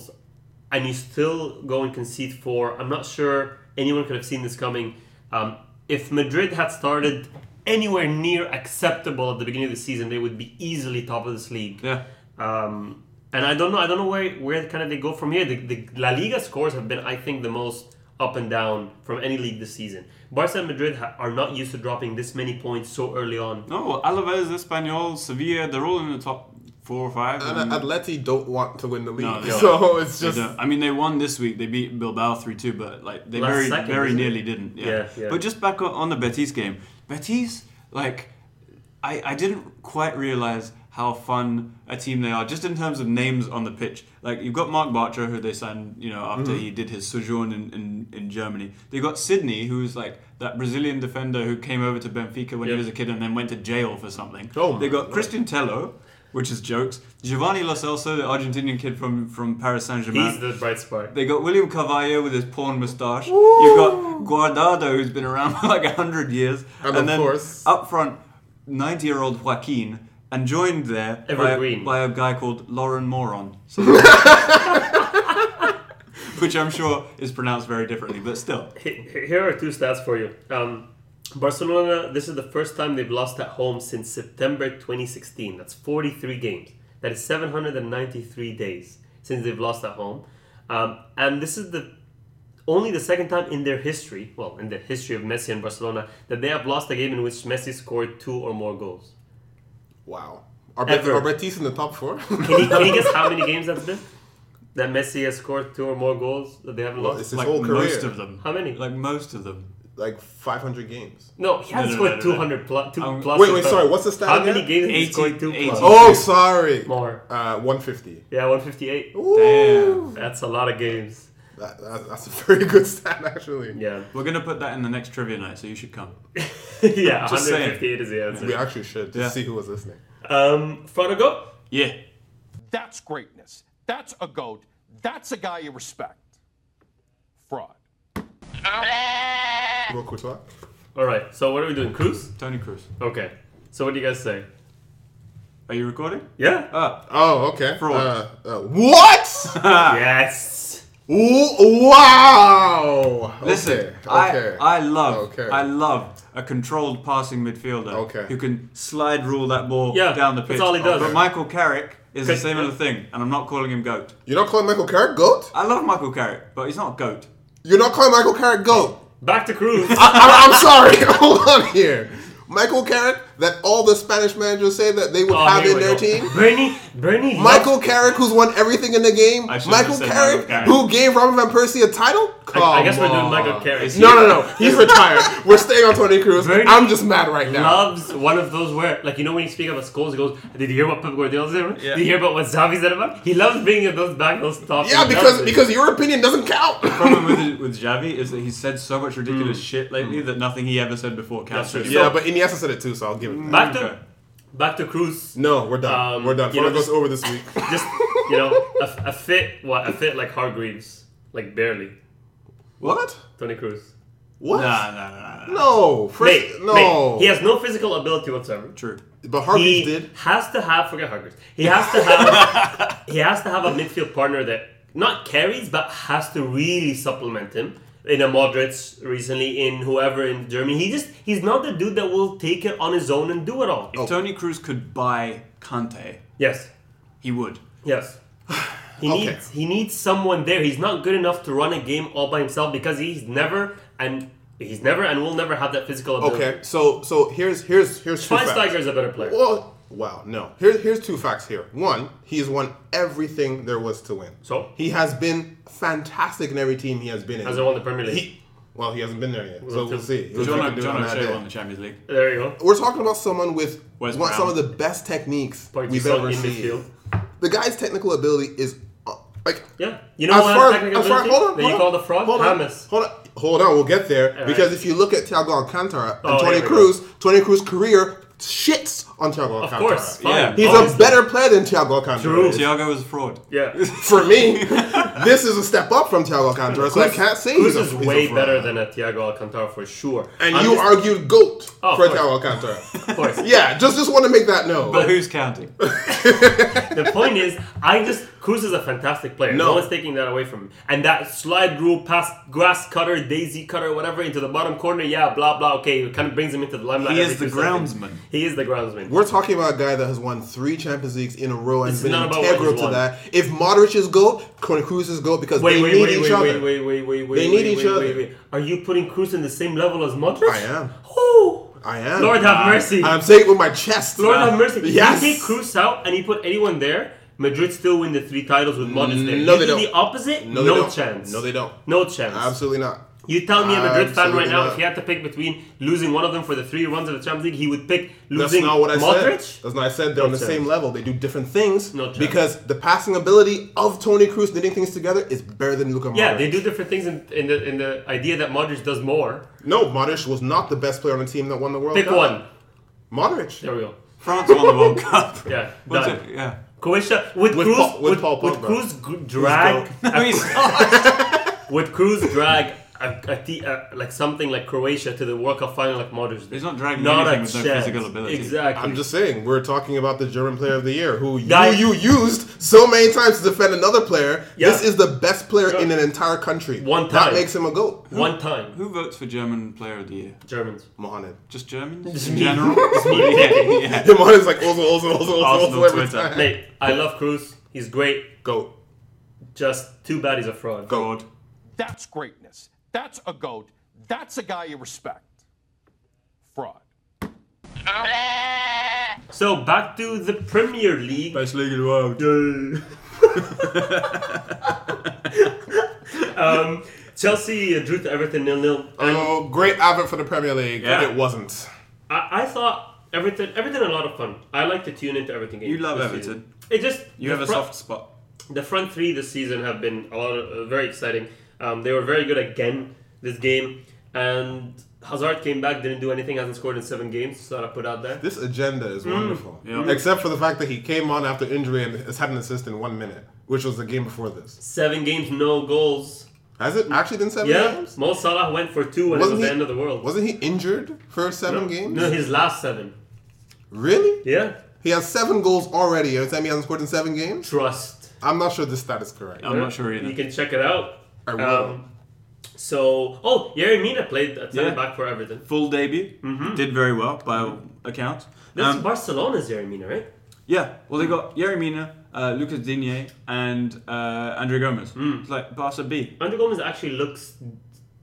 S2: and you still go and concede four. I'm not sure anyone could have seen this coming. Um, if Madrid had started anywhere near acceptable at the beginning of the season, they would be easily top of this league.
S1: Yeah.
S2: Um, and I don't know. I don't know where where kind of they go from here. The, the La Liga scores have been, I think, the most up and down from any league this season. Barca and Madrid ha- are not used to dropping this many points so early on.
S1: No, Alaves, Espanyol, Sevilla, they're all in the top four or five.
S3: And
S1: and-
S3: Atleti don't want to win the league,
S1: No, they
S3: so it's
S1: They
S3: Uh, just
S1: don't. I mean, they won this week. They beat Bilbao three two, but like they
S2: Last
S1: very,
S2: second,
S1: very
S2: isn't it?
S1: nearly didn't. Yeah.
S2: Yeah, yeah.
S1: But just back on- on the Betis game, Betis, like, I, I didn't quite realize how fun a team they are, just in terms of names on the pitch. Like you've got Mark Bartra, who they signed, you know, after
S3: Mm-hmm.
S1: he did his sojourn in, in, in Germany. They got Sidney, who's like that Brazilian defender who came over to Benfica when
S2: Yeah.
S1: he was a kid and then went to jail for something.
S3: Oh my
S1: they got
S3: God.
S1: Christian Tello. Which is jokes. Giovanni Lo Celso, the Argentinian kid from, from Paris Saint Germain.
S2: He's the bright spark.
S1: They got William Carvalho with his porn moustache. You've got Guardado, who's been around for like hundred years,
S3: And of
S1: then
S3: course-
S1: up front, ninety-year-old Joaquin, and joined there by a,
S2: Evergreen.
S1: by a guy called Lauren Moron, so- which I'm sure is pronounced very differently, but still.
S2: Here are two stats for you. Um, Barcelona, this is the first time they've lost at home since September 2016. That's 43 games. That is 793 days since they've lost at home. Um, and this is the only the second time in their history, well, in the history of Messi and Barcelona, that they have lost a game in which Messi scored two or more goals.
S3: wow. Are, Bet-
S2: Ever.
S3: are Betis in the top four?
S2: Can you, can you guess how many games that's been? That Messi has scored two or more goals that they haven't
S3: Well, it's
S2: lost?
S3: his
S1: like
S3: whole career.
S1: most of them.
S2: How many?
S1: Like most of them.
S3: Like 500 games.
S2: No, he hasn't
S1: No, no,
S2: scored
S1: no, no, no.
S2: 200 plus. Two
S1: Um,
S2: plus
S3: Wait, wait,
S2: but-
S3: sorry. What's the stat?
S2: How
S3: again?
S2: many games did he
S1: 80,
S2: score? Two
S1: 80.
S2: plus.
S3: Oh, sorry.
S2: More.
S3: Uh, 150.
S2: Yeah, 158.
S3: Ooh.
S2: That's a lot of games.
S3: That, that, that's a very good stat, actually.
S2: Yeah.
S1: We're gonna put that in the next trivia night, so you should come.
S2: yeah,
S1: Just saying.
S2: 158 is the
S3: We
S2: answer.
S3: actually should to
S1: Yeah.
S3: see who was listening.
S2: Um, Frodo,
S1: Yeah.
S4: That's greatness. That's a goat. That's a guy you respect. Fraud.
S3: Real Courtois.
S2: All right, so what are we doing? Cruz?
S1: Tony Cruz.
S2: Okay. So what do you guys say?
S1: Are you recording?
S2: Yeah?
S1: Ah,
S3: Oh, okay.
S1: Fraud.
S3: Uh, uh, what?
S2: yes!
S3: Ooh, wow.
S1: Listen,
S3: Okay. okay.
S1: I, I love
S3: Okay.
S1: I love a controlled passing midfielder
S3: Okay.
S1: who can slide rule that ball
S2: Yeah,
S1: down the
S2: that's
S1: pitch.
S2: all he does.
S1: But Michael Carrick is the
S2: Okay.
S1: same other thing, and I'm not calling him goat.
S3: You're not calling Michael Carrick GOAT?
S1: I love Michael Carrick, but he's not goat.
S3: You're not calling Michael Carrick GOAT?
S2: Back to Cruz.
S3: I, I'm sorry. Hold on here. Michael Carrick, that all the Spanish managers say that they would
S2: Oh,
S3: have
S2: here
S3: in
S2: we
S3: their
S2: go.
S3: team.
S2: Bernie, Bernie.
S3: Michael Carrick, who's won everything in the game.
S1: I shouldn't
S3: Michael
S1: have said
S3: Carrick,
S1: Michael Carrick.
S3: who gave Robin van Persie a title. Come
S2: I guess we're doing
S3: on.
S2: Michael Carrick.
S1: Is
S3: No, no, no. He's retired. We're staying on Tony Cruz.
S2: Very-
S3: I'm just mad right now.
S2: Loves one of those where, like, you know, when you speak about schools, he goes, "Did you hear what Pep Guardiola said? about?
S1: Yeah.
S2: Did you hear about what Xavi said about?" He loves bringing those back, those topics.
S3: Yeah, because
S2: Loves it.
S3: because your opinion doesn't count.
S1: problem with with Xavi is that he's said so much ridiculous shit lately that nothing he ever said before counts.
S2: That's true.
S3: yeah, but Iniesta said it too, so I'll give it. That.
S2: back
S1: Okay.
S2: to back to Cruz.
S3: No, we're done.
S2: Um,
S3: we're done.
S2: you know,
S3: Florida goes
S2: just-
S3: over this week.
S2: Just you know, a, a fit what a fit like Hargreaves, like barely
S3: what?
S2: Tony Cruz.
S3: What?
S1: Nah, nah, nah, nah, nah.
S3: No. First,
S2: Mate,
S3: no.
S2: mate, he has no physical ability whatsoever.
S1: True.
S3: but Harvey
S2: He
S3: did.
S2: has to have forget Hargreaves. He has to have he has to have a midfield partner that not carries but has to really supplement him. In a Modric recently, in whoever in Germany, he just he's not the dude that will take it on his own and do it all.
S3: Oh.
S1: If Tony Cruz could buy Kante,
S2: Yes.
S1: he would.
S2: Yes. He
S3: Okay.
S2: needs he needs someone there. He's not good enough to run a game all by himself because he's never and he's never and will never have that physical ability.
S3: Okay, so so here's here's here's two facts.
S2: Schweinsteiger is a better player.
S3: Well, wow, no. Here, here's two facts here. One, he has won everything there was to win.
S2: So?
S3: He has been fantastic in every team he has been in.
S2: Hasn't won the Premier League.
S3: He, Well, he hasn't been there yet, so we'll see. We'll see if we
S1: John,
S3: can do it on
S1: John
S3: that
S1: O'Shea
S3: day.
S1: won the Champions League.
S2: There you go.
S3: We're talking about someone with
S1: Wes
S3: one, some
S1: Brown.
S3: of the best techniques
S2: Point
S3: we've
S2: yourself
S3: ever
S2: in
S3: seen.
S2: midfield.
S3: The guy's technical ability is uh, like
S2: Yeah. You know what has technical ability? that you call the fraud?
S3: Hold on,
S2: Hamas.
S3: hold on, hold on. We'll get there because
S2: right.
S3: if you look at Thiago Alcantara and
S2: Oh,
S3: Tony
S2: here we go.
S3: Cruz, Tony Cruz' career shits on Thiago Alcantara.
S2: Of course. Fine.
S1: Yeah.
S3: he's a
S2: Obviously.
S3: better player than Thiago Alcantara.
S2: True.
S3: is.
S1: Thiago was a fraud.
S2: Yeah.
S3: For me, this is a step up from Thiago Alcantara, so I can't say
S2: Cruz
S3: he's a-
S2: is
S3: he's a
S2: way
S3: fraud.
S2: better than a Thiago Alcantara for sure.
S3: And
S2: I'm
S3: you
S2: just-
S3: argued goat
S2: Oh, of
S3: for
S2: course.
S3: Thiago Alcantara.
S2: Of course.
S3: yeah, just just want to make that known.
S1: But who's counting?
S2: The point is, I just Cruz is a fantastic player. No.
S3: No.
S2: one's taking that away from him. And that slide rule, pass, grass cutter, daisy cutter, whatever, into the bottom corner. Yeah, blah blah. Okay, it kind of brings him into the limelight.
S1: He
S2: every
S1: is the
S2: two seconds.
S1: groundsman.
S2: He is the groundsman.
S3: We're talking about a guy that has won three Champions Leagues in a row and
S2: It's
S3: been
S2: not about what
S3: integral
S2: he's
S3: to
S2: won.
S3: that. If Modric is goat, Toni Cruz is goat because
S2: wait,
S3: they
S2: wait,
S3: need
S2: wait,
S3: each
S2: wait,
S3: other.
S2: wait, wait, wait, wait, wait.
S3: They need
S2: wait,
S3: each
S2: wait,
S3: other.
S2: Wait, wait. Are you putting Cruz in the same level as Modric?
S3: I am.
S2: Who?
S3: I am.
S2: Lord have
S1: Nah.
S2: mercy.
S3: And I'm saying it with my chest.
S2: Lord have mercy.
S3: Yes.
S2: You take Cruz out and you put anyone there. Madrid still win the three titles with Modric there.
S3: No,
S2: you
S3: they
S2: do
S3: don't.
S2: the opposite.
S3: No,
S2: No,
S3: they don't.
S2: chance.
S3: No, they don't.
S2: No chance.
S3: Absolutely not.
S2: You tell me a Madrid fan
S3: Absolutely
S2: right now,
S3: not.
S2: if he had to pick between losing one of them for the three runs of the Champions League, he would pick
S3: That's
S2: losing
S3: not what I
S2: Modric.
S3: said. That's not what I said. They're
S2: No
S3: on the
S2: chance.
S3: same level. They do different things
S2: No chance.
S3: because the passing ability of Tony Cruz knitting things together is better than Luka Modric.
S2: Yeah, they do different things in, in the in the idea that Modric does more.
S3: No, Modric was not the best player on the team that won the World
S2: Pick
S3: Cup.
S2: one.
S3: Modric.
S2: There we go.
S1: France won the World Cup.
S2: Yeah,
S1: Was
S2: done.
S1: it? Yeah.
S2: Croatia with,
S3: With
S2: Cruz
S3: Paul- with
S2: with,
S3: Paul
S2: with
S3: Pogba.
S2: Cruz gr- drag
S1: No, he's not.
S2: with Cruz drag a, a t- a- like something like Croatia to the World Cup final like Modric.
S1: He's not dragging
S2: Not
S1: anything
S2: a
S1: with no
S2: chance.
S1: physical ability.
S2: Exactly.
S3: I'm just saying, we're talking about the German player of the year who you,
S2: Guys-
S3: you used so many times to defend another player.
S2: Yeah.
S3: This is the best player
S2: Yeah.
S3: in an entire country.
S2: One
S3: That
S2: time.
S3: makes him a GOAT.
S2: one time
S1: Who votes for German Player of the Year?
S2: Germans.
S3: Mohamed.
S1: Just Germans
S2: Just
S1: in
S2: me.
S1: general.
S2: Just me picking.
S1: yeah.
S3: Yeah, Mohamed's like Ozil, Ozil, Ozil, Ozil,
S1: Arsenal
S3: Ozil every
S1: Twitter.
S3: time.
S2: Mate, I love Cruz. He's great.
S3: GOAT.
S2: Just too bad he's a fraud.
S1: God.
S4: That's greatness. That's a goat. That's a guy you respect. Fraud.
S2: So back to the Premier League.
S1: Best league in the world.
S2: um, Chelsea uh, drew to Everton nil nil.
S3: Oh, great advert for the Premier League, but
S2: Yeah.
S3: it wasn't.
S2: I, I thought Everton Everton a lot of fun. I like to tune into Everton games.
S1: You love
S2: this
S1: Everton.
S2: season. It just
S1: You
S2: the
S1: have a
S2: front-
S1: soft spot.
S2: The front three this season have been a lot of, uh, very exciting. Um, they were very good again this game, and Hazard came back, didn't do anything, hasn't scored in seven games. So I put out there.
S3: This agenda
S2: Mm.
S3: is wonderful.
S1: Yeah.
S3: Except for the fact that he came on after injury and has had an assist in one minute, which was the game before this.
S2: Seven games, no goals.
S3: Has it actually been seven
S2: Yeah,
S3: games?
S2: Mo Salah went for two, and it was
S3: Wasn't
S2: the
S3: he-
S2: end of the world.
S3: Wasn't he injured for seven games?
S2: No, his last seven.
S3: Really?
S2: Yeah,
S3: He has seven goals already. Every time he hasn't scored in seven games,
S2: trust.
S3: I'm not sure this stat is correct.
S2: Um,
S1: I'm not sure either.
S2: You can check it out.
S3: I will.
S2: um, so, oh, Yerry Mina played at
S1: Yeah.
S2: center back for Everton.
S1: Full debut.
S2: Mm-hmm.
S1: Did very well by all accounts.
S2: This
S1: Um,
S2: is Barcelona's Yerry Mina, right?
S1: Yeah, well, they got Yerry Mina, uh, Lucas Digne, and uh, Andre Gomez.
S2: Mm.
S1: It's like Barca B.
S2: Andre Gomez actually looks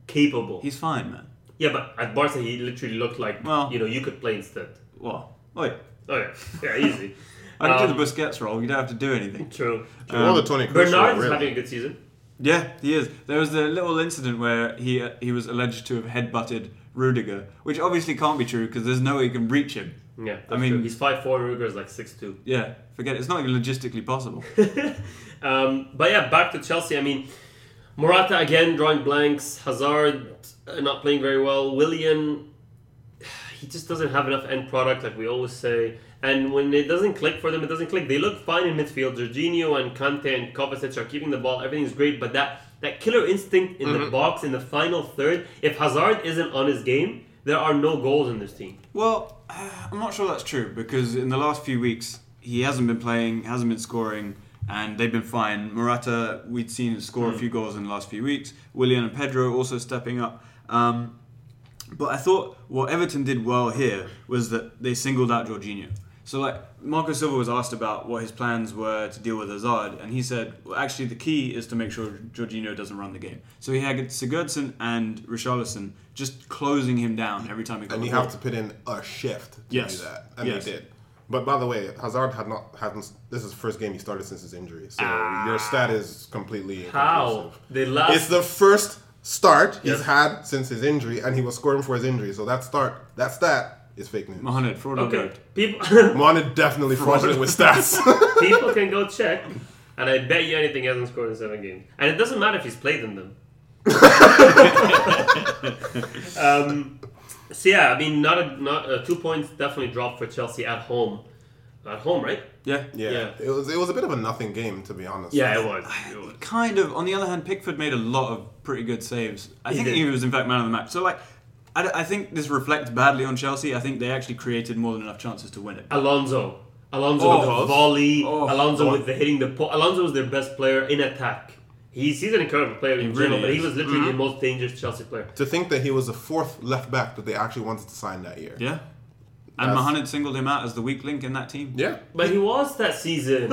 S2: capable.
S1: He's fine, man.
S2: yeah, but at Barca he literally looked like
S1: Well-
S2: you know you could play instead.
S1: Well, wait.
S2: Oh yeah, yeah, easy.
S1: I can
S2: Um,
S1: do the Busquets role. You don't have to do anything.
S2: True.
S3: Well, the Tony Kroos
S2: Bernard
S3: role,
S2: is
S3: really.
S2: having a good season.
S1: Yeah, he is. There was the little incident where he uh, he was alleged to have headbutted Rudiger, which obviously can't be true because there's no way you can reach him.
S2: Yeah,
S1: I mean-
S2: true. he's five four. Ruger is like six two.
S1: Yeah, forget it. It's not even logistically possible.
S2: Um, but yeah, back to Chelsea. I mean, Morata again drawing blanks. Hazard uh, not playing very well. Willian, he just doesn't have enough end product, like we always say. And when it doesn't click for them, it doesn't click. They look fine in midfield. Jorginho and Kante and Kovacic are keeping the ball. Everything's great, but that that killer instinct in the box in the final third. If Hazard isn't on his game, there are no goals in this team.
S1: Well, I'm not sure that's true because in the last few weeks he hasn't been playing, hasn't been scoring, and they've been fine. Morata, we'd seen score
S3: Hmm.
S1: a few goals in the last few weeks. Willian and Pedro also stepping up. Um, but I thought what Everton did well here was that they singled out Jorginho. So like Marco Silva was asked about what his plans were to deal with Hazard, and he said, well, actually the key is to make sure Jorginho doesn't run the game. So he had Sigurdsson and Richarlison just closing him down every time he got
S3: and
S1: the
S3: you
S1: ball.
S3: have to put in a shift to
S1: Yes.
S3: do that, and
S1: Yes.
S3: they did. But by the way, Hazard had not hadn't. This is the first game he started since his injury, so your stat is completely
S2: Ah. How
S3: inconclusive.
S2: the last
S3: It's the first start
S2: Yes.
S3: he's had since his injury, and he was scoring for his injury. So that start, that stat is fake news.
S1: Mohamed, fraud on
S2: Okay,
S1: road.
S2: people,
S3: Mohamed definitely fraudulent with stats.
S2: people can go check, and I bet you anything he hasn't scored in seven games. And it doesn't matter if he's played in them. um, so yeah, I mean, not a not a, two points definitely dropped for Chelsea at home. At home, right?
S1: Yeah.
S3: yeah.
S2: Yeah.
S3: it was it was a bit of a nothing game to be honest.
S2: Yeah, it was. It was.
S1: Kind of. On the other hand, Pickford made a lot of pretty good saves. I think
S2: did.
S1: he was in fact man of the match. So like, I, I think this reflects badly on Chelsea. I think they actually created more than enough chances to win it.
S2: Alonso. Alonso
S1: Oh.
S2: with the volley.
S1: Oh.
S2: Alonso with the hitting the po Alonso was their best player in attack. He's, he's an incredible player in
S1: really
S2: general, but he
S1: is. Mm-hmm.
S2: was literally the most dangerous Chelsea player.
S3: To think that he was the fourth left back that they actually wanted to sign that year.
S1: Yeah. And Mohamed singled him out as the weak link in that team.
S3: Yeah.
S2: But he was that season.
S3: It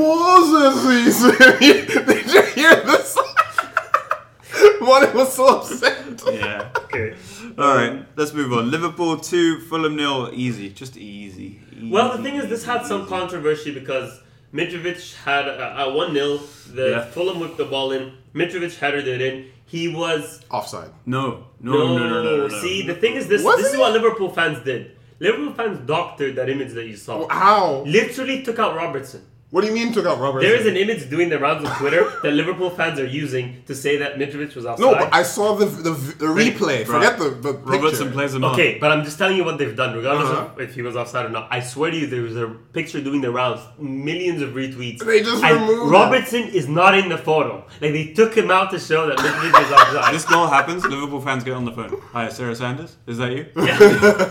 S3: was a season. Did you hear this? One was so upset.
S1: Yeah.
S2: okay.
S1: All right, let's move on. Liverpool two, Fulham nil. Easy, just easy.
S2: Well, the
S1: Easy,
S2: thing is, this had some
S1: easy.
S2: controversy because Mitrovic had uh, a 1 0. The
S1: Yeah.
S2: Fulham whipped the ball in. Mitrovic headed it in. He was
S3: Offside.
S1: No, no,
S2: No,
S1: no, no, no, no, no.
S2: See, the thing is, this
S3: Wasn't
S2: this is
S3: it?
S2: what Liverpool fans did. Liverpool fans doctored that image that you saw.
S3: How?
S2: Literally took out Robertson.
S3: What do you mean took out Robertson?
S2: There is an image doing the rounds on Twitter that Liverpool fans are using to say that Mitrovic was outside.
S3: No, but I saw the the, the replay.
S1: Right.
S3: Forget the, the picture.
S1: Robertson plays him
S2: Okay,
S1: on.
S2: but I'm just telling you what they've done, regardless of
S3: Uh-huh.
S2: if he was offside or not. I swear to you, there was a picture doing the rounds, millions of retweets.
S3: They just
S2: and
S3: removed
S2: Robertson is not in the photo. Like they took him out to show that Mitrovic was offside.
S1: This goal happens. Liverpool fans get on the phone. Hi, Sarah Sanders. Is that you?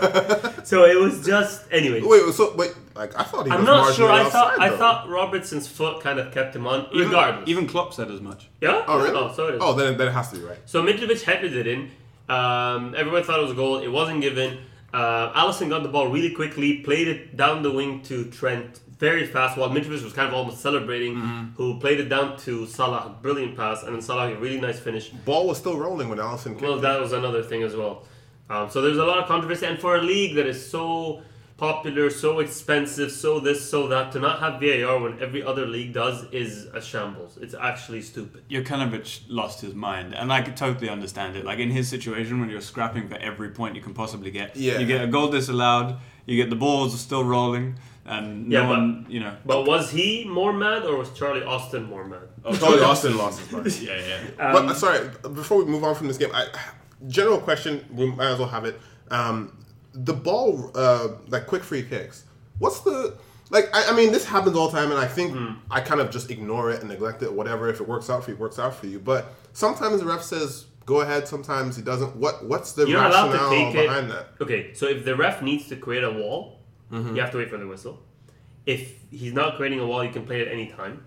S2: so it was just anyway.
S3: Wait, so wait, like I thought he
S2: I'm
S3: was
S2: not sure.
S3: marginally
S2: I thought
S3: offside,
S2: I
S3: though.
S2: thought Robertson's foot kind of kept him on,
S1: Even-
S2: regardless.
S1: Even Klopp said as much.
S2: yeah.
S3: Oh really?
S2: so it is.
S3: Oh, then, then it has to be right.
S2: So Mitrovic headed it in. Um, everyone thought it was a goal. It wasn't given. Uh, Allison got the ball really quickly, played it down the wing to Trent very fast, while Mitrovic was kind of almost celebrating, who played it down to Salah. Brilliant pass, and then Salah, a really nice finish.
S3: Ball was still rolling when Allison kicked.
S2: Well, that was another thing as well. Um, so there's a lot of controversy, and for a league that is so popular, so expensive, so this, so that, to not have VAR when every other league does is a shambles. It's actually stupid.
S1: Jokanovic lost his mind, and I could totally understand it. Like in his situation, when you're scrapping for every point you can possibly get,
S3: Yeah.
S1: you get a goal disallowed, you get the balls are still rolling, and no
S2: Yeah, but-
S1: one, you know.
S2: But was he more mad, or was Charlie Austin more mad?
S3: Charlie Austin lost his mind.
S1: yeah, yeah.
S3: but
S2: Um,
S3: uh, sorry, before we move on from this game, I, general question we might as well have it. Um, the ball, uh, like quick free kicks. What's the like? I, I mean, this happens all the time, and I think
S2: Hmm.
S3: I kind of just ignore it and neglect it. Whatever, if it works out for you, it works out for you. But sometimes the ref says go ahead. Sometimes he doesn't. What What's the
S2: You're allowed to
S3: rationale
S2: take it.
S3: behind that?
S2: Okay, so if the ref needs to create a wall, you have to wait for the whistle. If he's not creating a wall, you can play it any time.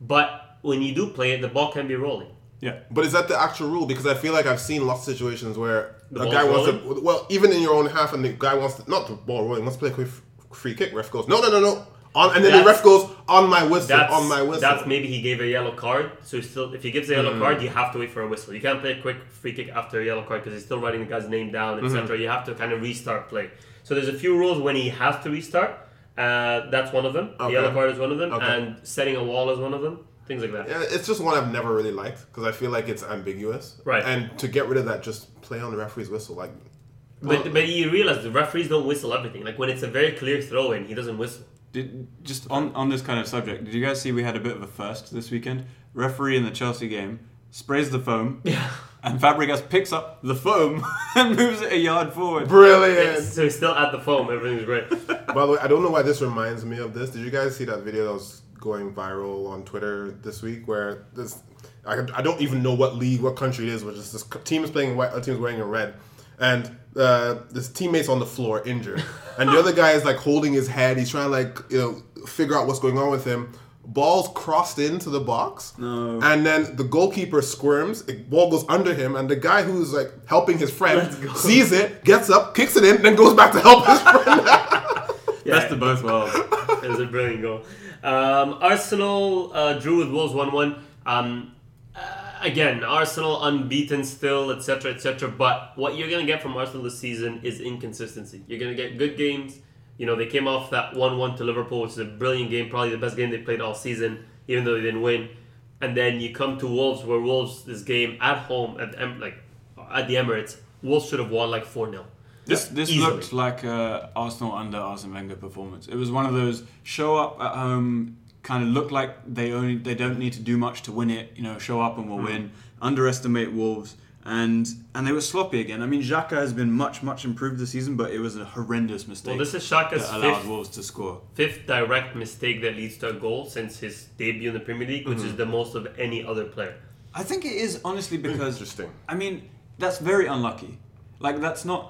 S2: But when you do play it, the ball can be rolling.
S1: yeah.
S3: But is that the actual rule? Because I feel like I've seen lots of situations where
S2: The
S3: a
S2: ball's
S3: guy wants to, well, even in your own half, and the guy wants to, not the ball rolling, wants to play a quick f- free kick. Ref goes, no, no, no, no. On, and then the
S2: That's-
S3: ref goes, on my whistle,
S2: That's
S3: on my whistle.
S2: That's maybe he gave a yellow card. So he's still, if he gives a yellow card, you have to wait for a whistle. You can't play a quick free kick after a yellow card because he's still writing the guy's name down, etc. You have to kind of restart play. So there's a few rules when he has to restart. Uh, that's one of them. The
S3: Okay.
S2: yellow card is one of them,
S3: Okay.
S2: and setting a wall is one of them. Things like that.
S3: Yeah, it's just one I've never really liked because I feel like it's ambiguous.
S2: Right.
S3: And to get rid of that, just play on the referee's whistle. Like,
S2: But, but you realize the referees don't whistle everything. Like when it's a very clear throw in, he doesn't whistle.
S1: Did, just on, on this kind of subject, did you guys see we had a bit of a first this weekend? Referee in the Chelsea game sprays the foam, and Fabregas picks up the foam and moves it a yard forward.
S3: brilliant.
S2: So he's still at the foam. Everything's great.
S3: By the way, I don't know why this reminds me of this. Did you guys see that video that was going viral on Twitter this week where this I, I don't even know what league, what country it is, but just this team is playing in white, other team's wearing a red, and uh, this teammate's on the floor injured, and the other guy is like holding his head. He's trying to like you know figure out what's going on with him. Ball's crossed into the box, and then the goalkeeper squirms. The ball goes under him, and the guy who's like helping his friend
S2: Let's go.
S3: sees it, gets up, kicks it in, then goes back to help his friend.
S1: Best of both worlds.
S2: It was a brilliant goal. Um, Arsenal uh, drew with Wolves 1 1. Um, uh, again, Arsenal unbeaten still, etc., etc. But what you're going to get from Arsenal this season is inconsistency. You're going to get good games. You know, they came off that 1 1 to Liverpool, which is a brilliant game, probably the best game they played all season, even though they didn't win. and then you come to Wolves, where Wolves this game at home at the Em- like at the Emirates, Wolves should have won like four 0
S1: This this
S2: Easily.
S1: looked like a Arsenal under Arsene Wenger performance. It was one of those show up at home, kind of look like they only they don't need to do much to win it. You know, show up and we'll
S2: Hmm.
S1: win. Underestimate Wolves, and and they were sloppy again. I mean, Xhaka has been much much improved this season, but it was a horrendous mistake.
S2: Well, this is Shaka's
S1: that allowed
S2: fifth
S1: Wolves to score.
S2: fifth direct mistake that leads to a goal since his debut in the Premier League, which
S1: Mm-hmm.
S2: is the most of any other player.
S1: I think it is honestly because
S3: Interesting.
S1: I mean, that's very unlucky. Like that's not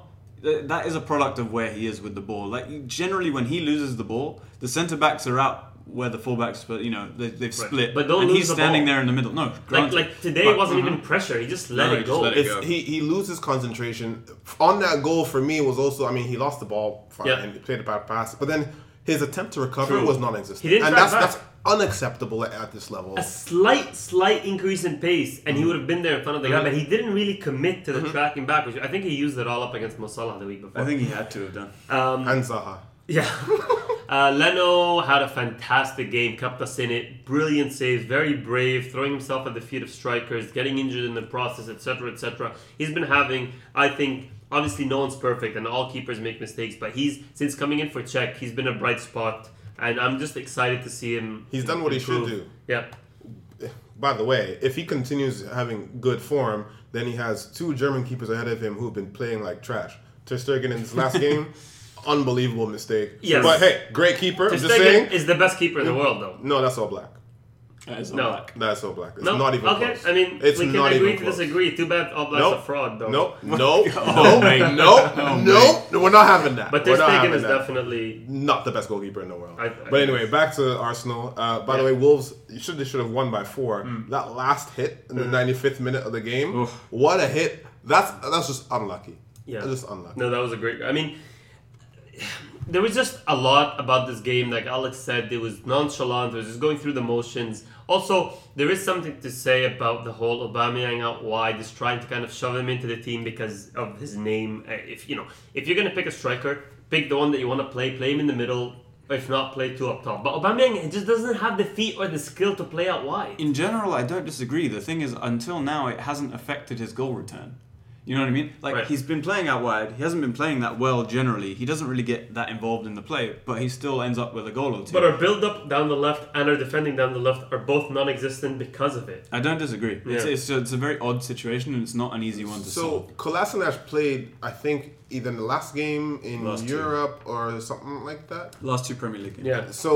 S1: th- that is a product of where he is with the ball. Like generally, when he loses the ball, the centre backs are out where the fullbacks, but you know they, they've split.
S2: But don't
S1: and
S2: lose
S1: he's
S2: the
S1: standing
S2: ball.
S1: there in the middle. No,
S2: Like
S1: granted.
S2: like today
S1: But-
S2: wasn't
S1: mhm.
S2: even pressure. He just let
S1: No, he
S2: it
S1: just
S2: go.
S1: let it
S2: It's-
S1: go.
S3: It's, he, he loses concentration on that goal. For me, was also I mean he lost the ball fine
S2: Yeah.
S3: and he played a bad pass, but then his attempt to recover
S2: True.
S3: was non-existent,
S2: He didn't
S3: and
S2: drive
S3: that's
S2: back.
S3: that's unacceptable at, at this level.
S2: a slight, slight increase in pace, and
S1: Mm-hmm.
S2: he would have been there in front of the guy, but he didn't really commit to the tracking back, which I think he used it all up against Mosala the week before.
S1: I think he had to have done.
S3: And Zaha,
S2: yeah. uh, Leno had a fantastic game, kept us in it. Brilliant saves, very brave, throwing himself at the feet of strikers, getting injured in the process, etc., etc. He's been having, I think, obviously no one's perfect, and all keepers make mistakes, but he's, since coming in for check, he's been a bright spot, and I'm just excited to see him.
S3: He's done what he should do.
S2: Yeah.
S3: by the way, if he continues having good form, then he has two German keepers ahead of him who've been playing like trash. Ter Stegen in his last game, unbelievable mistake.
S2: Yes.
S3: but hey, great keeper. I'm
S2: Ter
S3: just
S2: Stegen
S3: saying.
S2: is the best keeper in the world, though.
S3: No, that's all black.
S1: That is
S2: No.
S1: unlike.
S3: That's all black. It's
S2: No,
S3: not even
S2: okay.
S3: close.
S2: I mean,
S3: it's
S2: we can
S3: not
S2: agree
S3: even
S2: to
S3: close.
S2: disagree. Too bad All Black's a fraud, though.
S3: Nope. Nope.
S1: Oh,
S3: Nope.
S1: mate.
S3: Nope.
S1: Oh,
S3: Nope. We're not having that.
S2: But
S3: We're
S2: Ter
S3: not
S2: Stegen
S3: having
S2: is
S3: that.
S2: definitely
S3: not the best goalkeeper in the world.
S2: I- I
S3: but
S2: think
S3: anyway, back to Arsenal. Uh, by the
S2: Yeah. Hmm.
S3: way, Wolves you should they should have won by four. That last hit in the 95th minute of the game. What a hit! That's that's just unlucky.
S2: yeah.
S3: that's just unlucky.
S2: No, that was a great. I mean, there was just a lot about this game. Like Alex said, it was nonchalant. It was just going through the motions. Also, there is something to say about the whole Aubameyang out wide. Just trying to kind of shove him into the team because of his name. Uh, If you know, if you're gonna pick a striker, pick the one that you want to play. Play him in the middle. If not, play two up top. But Aubameyang just doesn't have the feet or the skill to play out wide.
S1: In general, I don't disagree. The thing is, until now, it hasn't affected his goal return. You know what I mean? Like
S2: Right.
S1: he's been playing out wide. He hasn't been playing that well generally. He doesn't really get that involved in the play, but he still ends up with a goal or two.
S2: But our build up down the left and our defending down the left are both non existent because of it.
S1: I don't disagree. It's,
S2: Yeah.
S1: it's, a, it's a very odd situation, and it's not an easy one to
S3: So
S1: solve.
S3: Kolasinac played, I think, either in the last game in
S1: Last two.
S3: Europe or something like that.
S1: Last two Premier League games.
S2: Yeah.
S3: So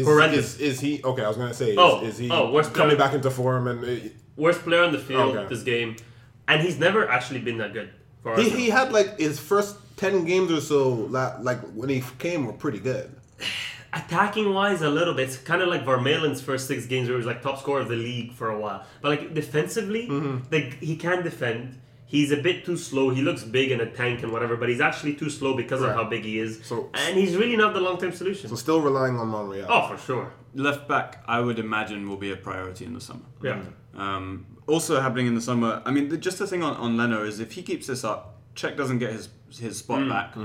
S3: is,
S2: Horrendous.
S3: is, is he okay? I was gonna say, is,
S2: Oh,
S3: is he
S2: oh, worst
S3: coming
S2: player.
S3: back into form? And uh, it,
S2: Worst player on the field
S3: Okay.
S2: this game. And he's never actually been that good for
S3: he,
S2: us.
S3: he had like his first ten games or so, la- like when he came, were pretty good.
S2: Attacking wise, a little bit. It's kind of like Vermaelen's first six games where he was like top scorer of the league for a while. But like defensively,
S3: Mm-hmm.
S2: like he can defend. He's a bit too slow. He looks big and a tank and whatever, but he's actually too slow because of
S3: Right.
S2: how big he is.
S3: So-
S2: and he's really not the long term solution.
S3: So still relying on Monreal.
S2: oh, for sure.
S1: Left back, I would imagine, will be a priority in the summer.
S2: Yeah.
S3: Mm.
S1: Um, also happening in the summer. I mean, the, just the thing on, on Leno is if he keeps this up, Czech doesn't get his his
S2: Mm.
S1: spot back.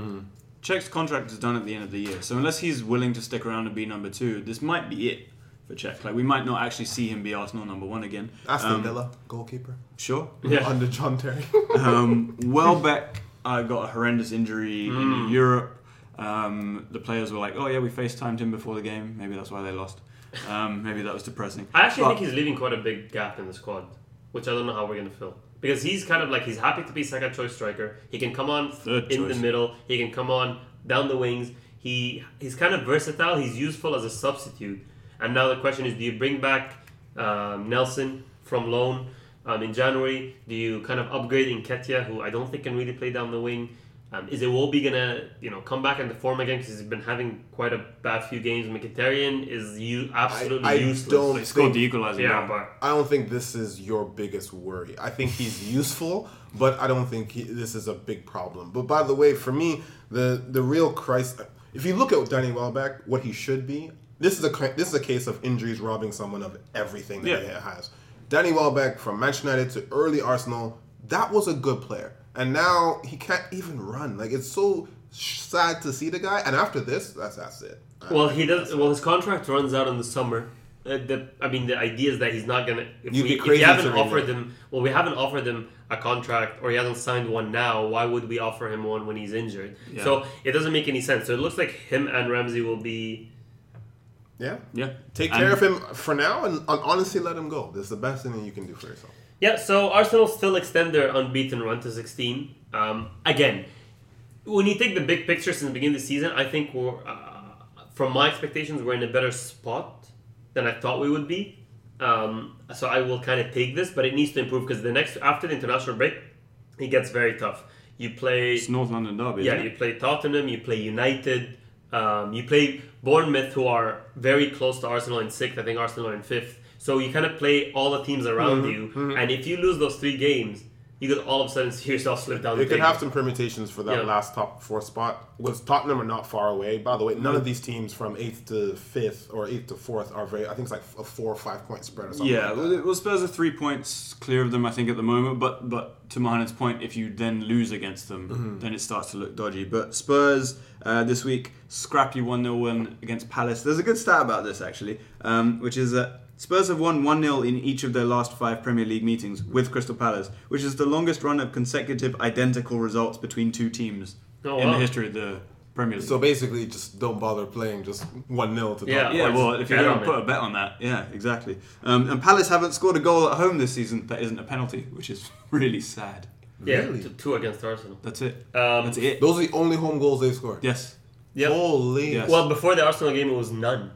S1: Czech's contract is done at the end of the year, so unless he's willing to stick around and be number two, this might be it for Czech. Like we might not actually see him be Arsenal number one again.
S2: Ah.
S3: Aston
S1: Um,
S3: Villa goalkeeper
S1: Sure.
S2: Yeah.
S3: under John Terry.
S1: Um, Welbeck uh, got a horrendous injury
S2: Hmm.
S1: in Europe. Um, the players were like, "Oh yeah, we FaceTimed him before the game. Maybe that's why they lost. Um, maybe that was depressing."
S2: I actually
S1: But-
S2: think he's leaving quite a big gap in the squad, which I don't know how we're gonna fill. Because he's kind of like he's happy to be second choice striker. He can come on
S1: Third
S2: in
S1: choice.
S2: the middle. He can come on down the wings. He he's kind of versatile. He's useful as a substitute. And now the question is, do you bring back um, Nelson from loan um, in January? Do you kind of upgrade Inketia, who I don't think can really play down the wing? Um, is Iwobi gonna you know come back into form again because he's been having quite a bad few games? Mkhitaryan is you absolutely
S3: I
S2: useless.
S3: don't
S1: He scored the equaliser.
S2: Yeah,
S1: goal.
S2: but
S3: I don't think this is your biggest worry. I think he's useful, but I don't think he, this is a big problem. But by the way, for me, the the real crisis. If you look at Danny Welbeck, what he should be, this is a cri- this is a case of injuries robbing someone of everything that he
S1: Yeah.
S3: has. Danny Welbeck from Manchester United to early Arsenal, that was a good player, and now he can't even run. Like it's so sh- sad to see the guy. And after this, that's that's it.
S2: Well, he does. Well, his contract runs out in the summer, uh, the I mean the idea is that he's not gonna. If
S3: You'd
S2: we,
S3: be
S2: if
S3: crazy
S2: we haven't
S3: to renew.
S2: offered him, well, we haven't offered him a contract, or he hasn't signed one now. Why would we offer him one when he's injured? So it doesn't make any sense. So it looks like him and Ramsey will be.
S3: Yeah.
S1: Yeah.
S3: Take care of him for now and, and honestly let him go. That's the best thing that you can do for yourself.
S2: Yeah, so Arsenal still extend their unbeaten run to 16. Um, again, when you take the big picture since the beginning of the season, I think we're, uh, from my expectations, we're in a better spot than I thought we would be. Um, so I will kind of take this, but it needs to improve because the next after the international break, it gets very tough. You play
S1: It's North London Derby.
S2: yeah,
S1: isn't
S2: you
S1: it?
S2: play Tottenham, you play United, um, you play Bournemouth, who are very close to Arsenal in sixth. I think Arsenal are in fifth. So you kind of play all the teams around
S3: Mm-hmm,
S2: you, and if you lose those three games, you could all of a sudden see yourself slip down.
S3: It
S2: the
S3: could
S2: table.
S3: have some permutations for that
S2: Yeah.
S3: last top four spot. Was Tottenham are not far away. By the way, none of these teams from eighth to fifth or eighth to fourth are very. I think it's like a four or five point spread or something.
S1: Yeah,
S3: like
S1: well,
S3: that.
S1: it- well, Spurs are three points clear of them, I think, at the moment. But but to Mohaned's point, if you then lose against them,
S3: Mm-hmm.
S1: then it starts to look dodgy. But Spurs uh, this week, scrappy 1 0 win against Palace. There's a good stat about this, actually, um, which is that Spurs have won 1 0 in each of their last five Premier League meetings with Crystal Palace, which is the longest run of consecutive identical results between two teams
S2: Oh,
S1: in
S2: wow.
S1: the history of the Premier League.
S3: So basically, just don't bother playing. Just one 0 to
S2: Yeah.
S3: Tottenham.
S1: Yeah,
S2: Or
S1: well,
S2: just
S1: if you're
S2: bet
S1: going
S2: on
S1: to put
S2: it.
S1: a bet on that, yeah, exactly. Um, and Palace haven't scored a goal at home this season that isn't a penalty, which is really sad.
S2: yeah,
S3: Really?
S2: t- two against Arsenal.
S1: That's it.
S2: Um,
S1: That's it.
S3: Those are the only home goals they scored.
S1: Yes.
S2: Yeah.
S3: Holy.
S1: Yes.
S2: Oh, Well, before the Arsenal game, it was none.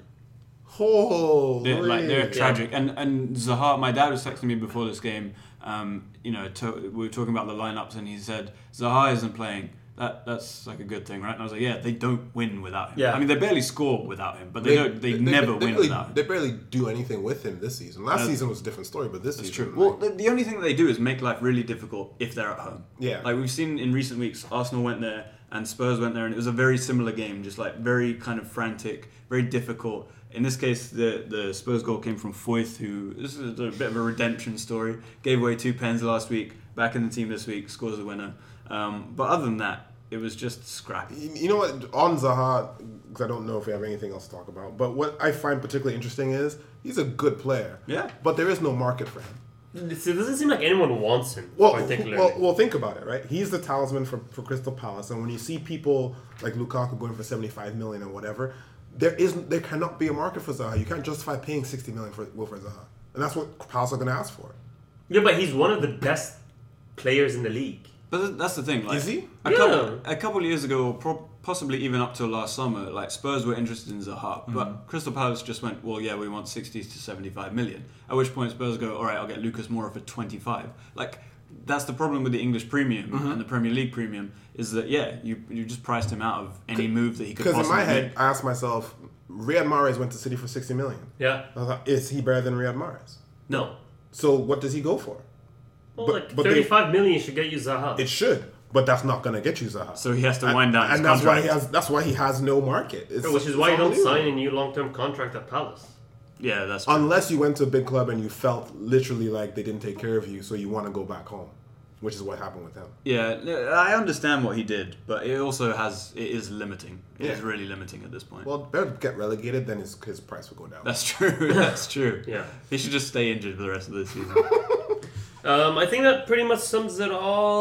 S3: Holy.
S1: They're, like they're tragic. And and Zaha, my dad was texting me before this game. Um, you know, to, we were talking about the lineups, and he said Zaha isn't playing. That that's like a good thing, right? And I was like, yeah, they don't win without him.
S2: Yeah.
S1: I mean, they barely score without him, but they, don't. They, never win
S3: barely,
S1: without him.
S3: They barely do anything with him this season. Last season was a different story, but this
S1: It's
S3: season,
S1: true.
S3: like,
S1: Well, the, the only thing that they do is make life really difficult if they're at home.
S3: Yeah.
S1: Like we've seen in recent weeks, Arsenal went there and Spurs went there, and it was a very similar game, just like very kind of frantic, very difficult. In this case, the the Spurs goal came from Foyth, who this is a bit of a redemption story. Gave away two pens last week, back in the team this week, scores the winner. Um, but other than that, it was just scrappy.
S3: You you know what? On Zaha, because I don't know if we have anything else to talk about, but what I find particularly interesting is he's a good player.
S1: Yeah.
S3: But there is no market for him.
S2: It doesn't seem like anyone wants him
S3: Well,
S2: particularly.
S3: well, well, think about it, right? He's the talisman for, for Crystal Palace, and when you see people like Lukaku going for seventy-five million and whatever, there is there cannot be a market for Zaha. You can't justify paying sixty million for Wilfred Zaha, and that's what Palace are going to ask for.
S2: yeah, but he's one of the best players in the league.
S1: But th- that's the thing. Like,
S3: Is he?
S1: A
S2: Yeah.
S1: couple, a couple of years ago, or pro- possibly even up till last summer, like Spurs were interested in Zaha,
S3: Mm-hmm.
S1: but Crystal Palace just went, well, yeah, we want 60 to 75 million. At which point Spurs go, all right, I'll get Lucas Moura for 25. Like, that's the problem with the English premium
S3: Mm-hmm.
S1: and the Premier League premium is that, yeah, you, you just priced him out of any move that he could
S3: Because in
S1: possibly
S3: my head,
S1: make.
S3: I asked myself, Riyad Mahrez went to City for sixty million.
S2: Yeah.
S3: I thought, is he better than Riyad Mahrez?
S2: No.
S3: So what does he go for?
S2: Well,
S3: But-
S2: like
S3: but they-
S2: thirty-five million should get you Zaha.
S3: It should, but that's not going to get you Zaha.
S1: So he has to wind down
S3: and
S1: his
S3: that's why he
S1: contract.
S3: has. That's why he has no market. It's-
S2: Which is
S3: it's
S2: why you don't
S3: unbelievable.
S2: sign a new long-term contract at Palace.
S1: Yeah, that's true.
S3: Unless you went to a big club and you felt literally like they didn't take care of you, so you want to go back home, which is what happened with him.
S1: Yeah, no, I understand what he did, but it also has, it is limiting. It is
S3: Yeah.
S1: really limiting at this point.
S3: Well, better get relegated, then his, his price will go down.
S1: That's true. That's true.
S2: Yeah.
S1: He should just stay injured for the rest of the season.
S2: Um, I think that pretty much sums it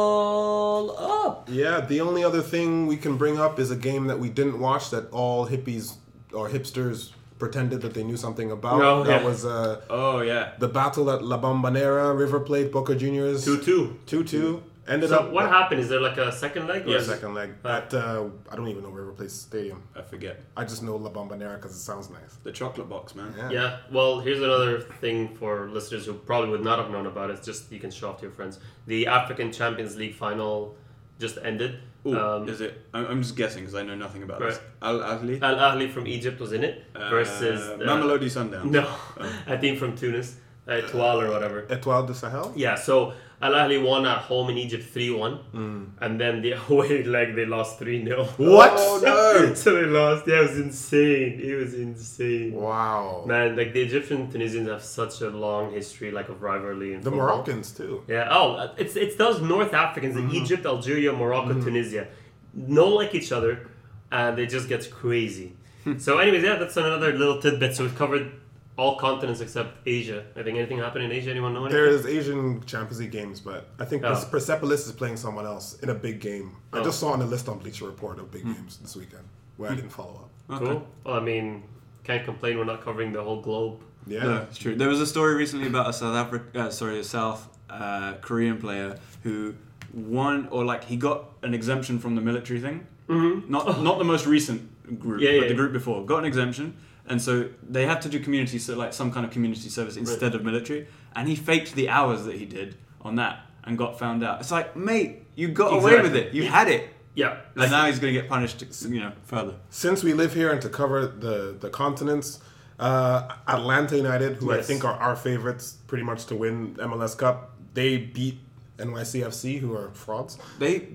S2: all up.
S3: yeah, the only other thing we can bring up is a game that we didn't watch that all hippies or hipsters pretended that they knew something about.
S2: No,
S3: that
S2: yeah.
S3: was uh,
S1: oh yeah.
S3: the battle at La Bombonera, River Plate, Boca Juniors.
S2: Two-two.
S3: Two two. Ended
S2: So
S3: up
S2: what happened? Is there like a second leg? or
S1: Yeah,
S2: is-
S3: second leg at uh, I don't even know River Plate Stadium.
S1: I forget.
S3: I just know La Bombonera because it sounds nice.
S1: The chocolate box, man.
S2: Yeah. Well, here's another thing for listeners who probably would not have known about it. It's just you can show off to your friends. The African Champions League final just ended.
S1: Ooh,
S2: um,
S1: is it? I'm, I'm just guessing because I know nothing about this.
S2: Right.
S1: Al Ahly
S2: Al Ahly from Egypt was in it
S1: uh,
S2: versus uh,
S1: Mamelodi Sundown.
S2: No, I think from Tunis, uh, Etoile or whatever.
S3: Etoile de Sahel.
S2: Yeah, so Al Ahly won at home in Egypt 3 1. And then the away leg, they lost 3 0.
S3: Hmm. What?
S2: so they lost. Yeah, it was insane. It was insane.
S3: Wow.
S2: Man, like the Egyptian Tunisians have such a long history like of rivalry. And
S3: The Moroccans too.
S2: Yeah, oh, it's, it's those North Africans, the
S3: Mm-hmm.
S2: Egypt, Algeria, Morocco, Tunisia. No like each other, and it just gets crazy. so, anyways, yeah, that's another little tidbit. So, we've covered all continents except Asia. I think anything happened in Asia? Anyone know anything?
S3: There is Asian Champions League games, but I think
S2: Oh.
S3: Pers- Persepolis is playing someone else in a big game. I just saw on the list on Bleacher Report of big games this weekend where I didn't follow up.
S2: Cool. Well, I mean, can't complain. We're not covering the whole globe.
S3: Yeah.
S1: No, it's true. There was a story recently about a South Africa, uh, sorry, a South uh, Korean player who won, or like he got an exemption from the military thing. Mm-hmm. Not not the most recent group,
S2: Yeah,
S1: but
S2: yeah,
S1: the
S2: yeah.
S1: group before got an exemption, and so they had to do community, so like some kind of community service instead of military. And he faked the hours that he did on that and got found out. It's like, mate, you got away with
S2: Exactly.
S1: it. You had it.
S2: Yeah.
S1: And now he's gonna get punished, you know, further.
S3: Since we live here and to cover the, the continents, uh, Atlanta United, who I
S2: Yes.
S3: think are our favorites pretty much to win MLS Cup, they beat NYCFC, who are frauds.
S1: They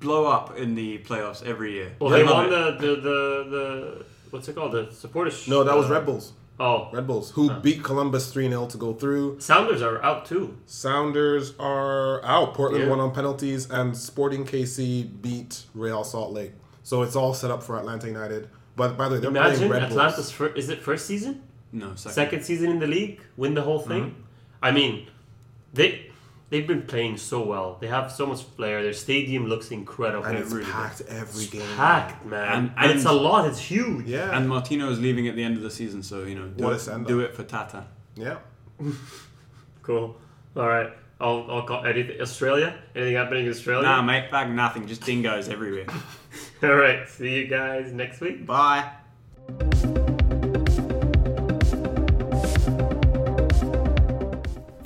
S1: blow up in the playoffs every year.
S2: Well, they
S1: love
S2: won
S1: it.
S2: the, the, the, the what's it called? The supporters.
S3: No, that was
S2: uh,
S3: Red Bulls.
S2: Oh,
S3: Red Bulls, who beat Columbus 3 0 to go through.
S2: Sounders are out too.
S3: Sounders are out. Portland
S2: Yeah.
S3: won on penalties, and Sporting KC beat Real Salt Lake. So it's all set up for Atlanta United. But by the way, they're
S2: Imagine
S3: playing Red
S2: Atlanta's
S3: Bulls.
S2: first. Is it first season?
S1: no second.
S2: Second season in the league, win the whole thing.
S1: Mm-hmm.
S2: I mean, they they've been playing so well. They have so much flair. Their stadium looks incredible.
S3: And it's
S1: really good.
S3: packed every game.
S2: packed, man.
S1: And-
S2: And, it's a
S1: and-
S2: lot. It's huge.
S3: Yeah.
S1: And Martino is leaving at the end of the season, so you know, do,
S3: What a
S1: it,
S3: send-off.
S1: do it for Tata.
S3: yeah.
S2: Cool. All right. I'll, I'll call anything. Australia? Anything happening in Australia?
S1: Nah, mate, bag nothing, just dingoes everywhere.
S2: All right. See you guys next week.
S1: Bye.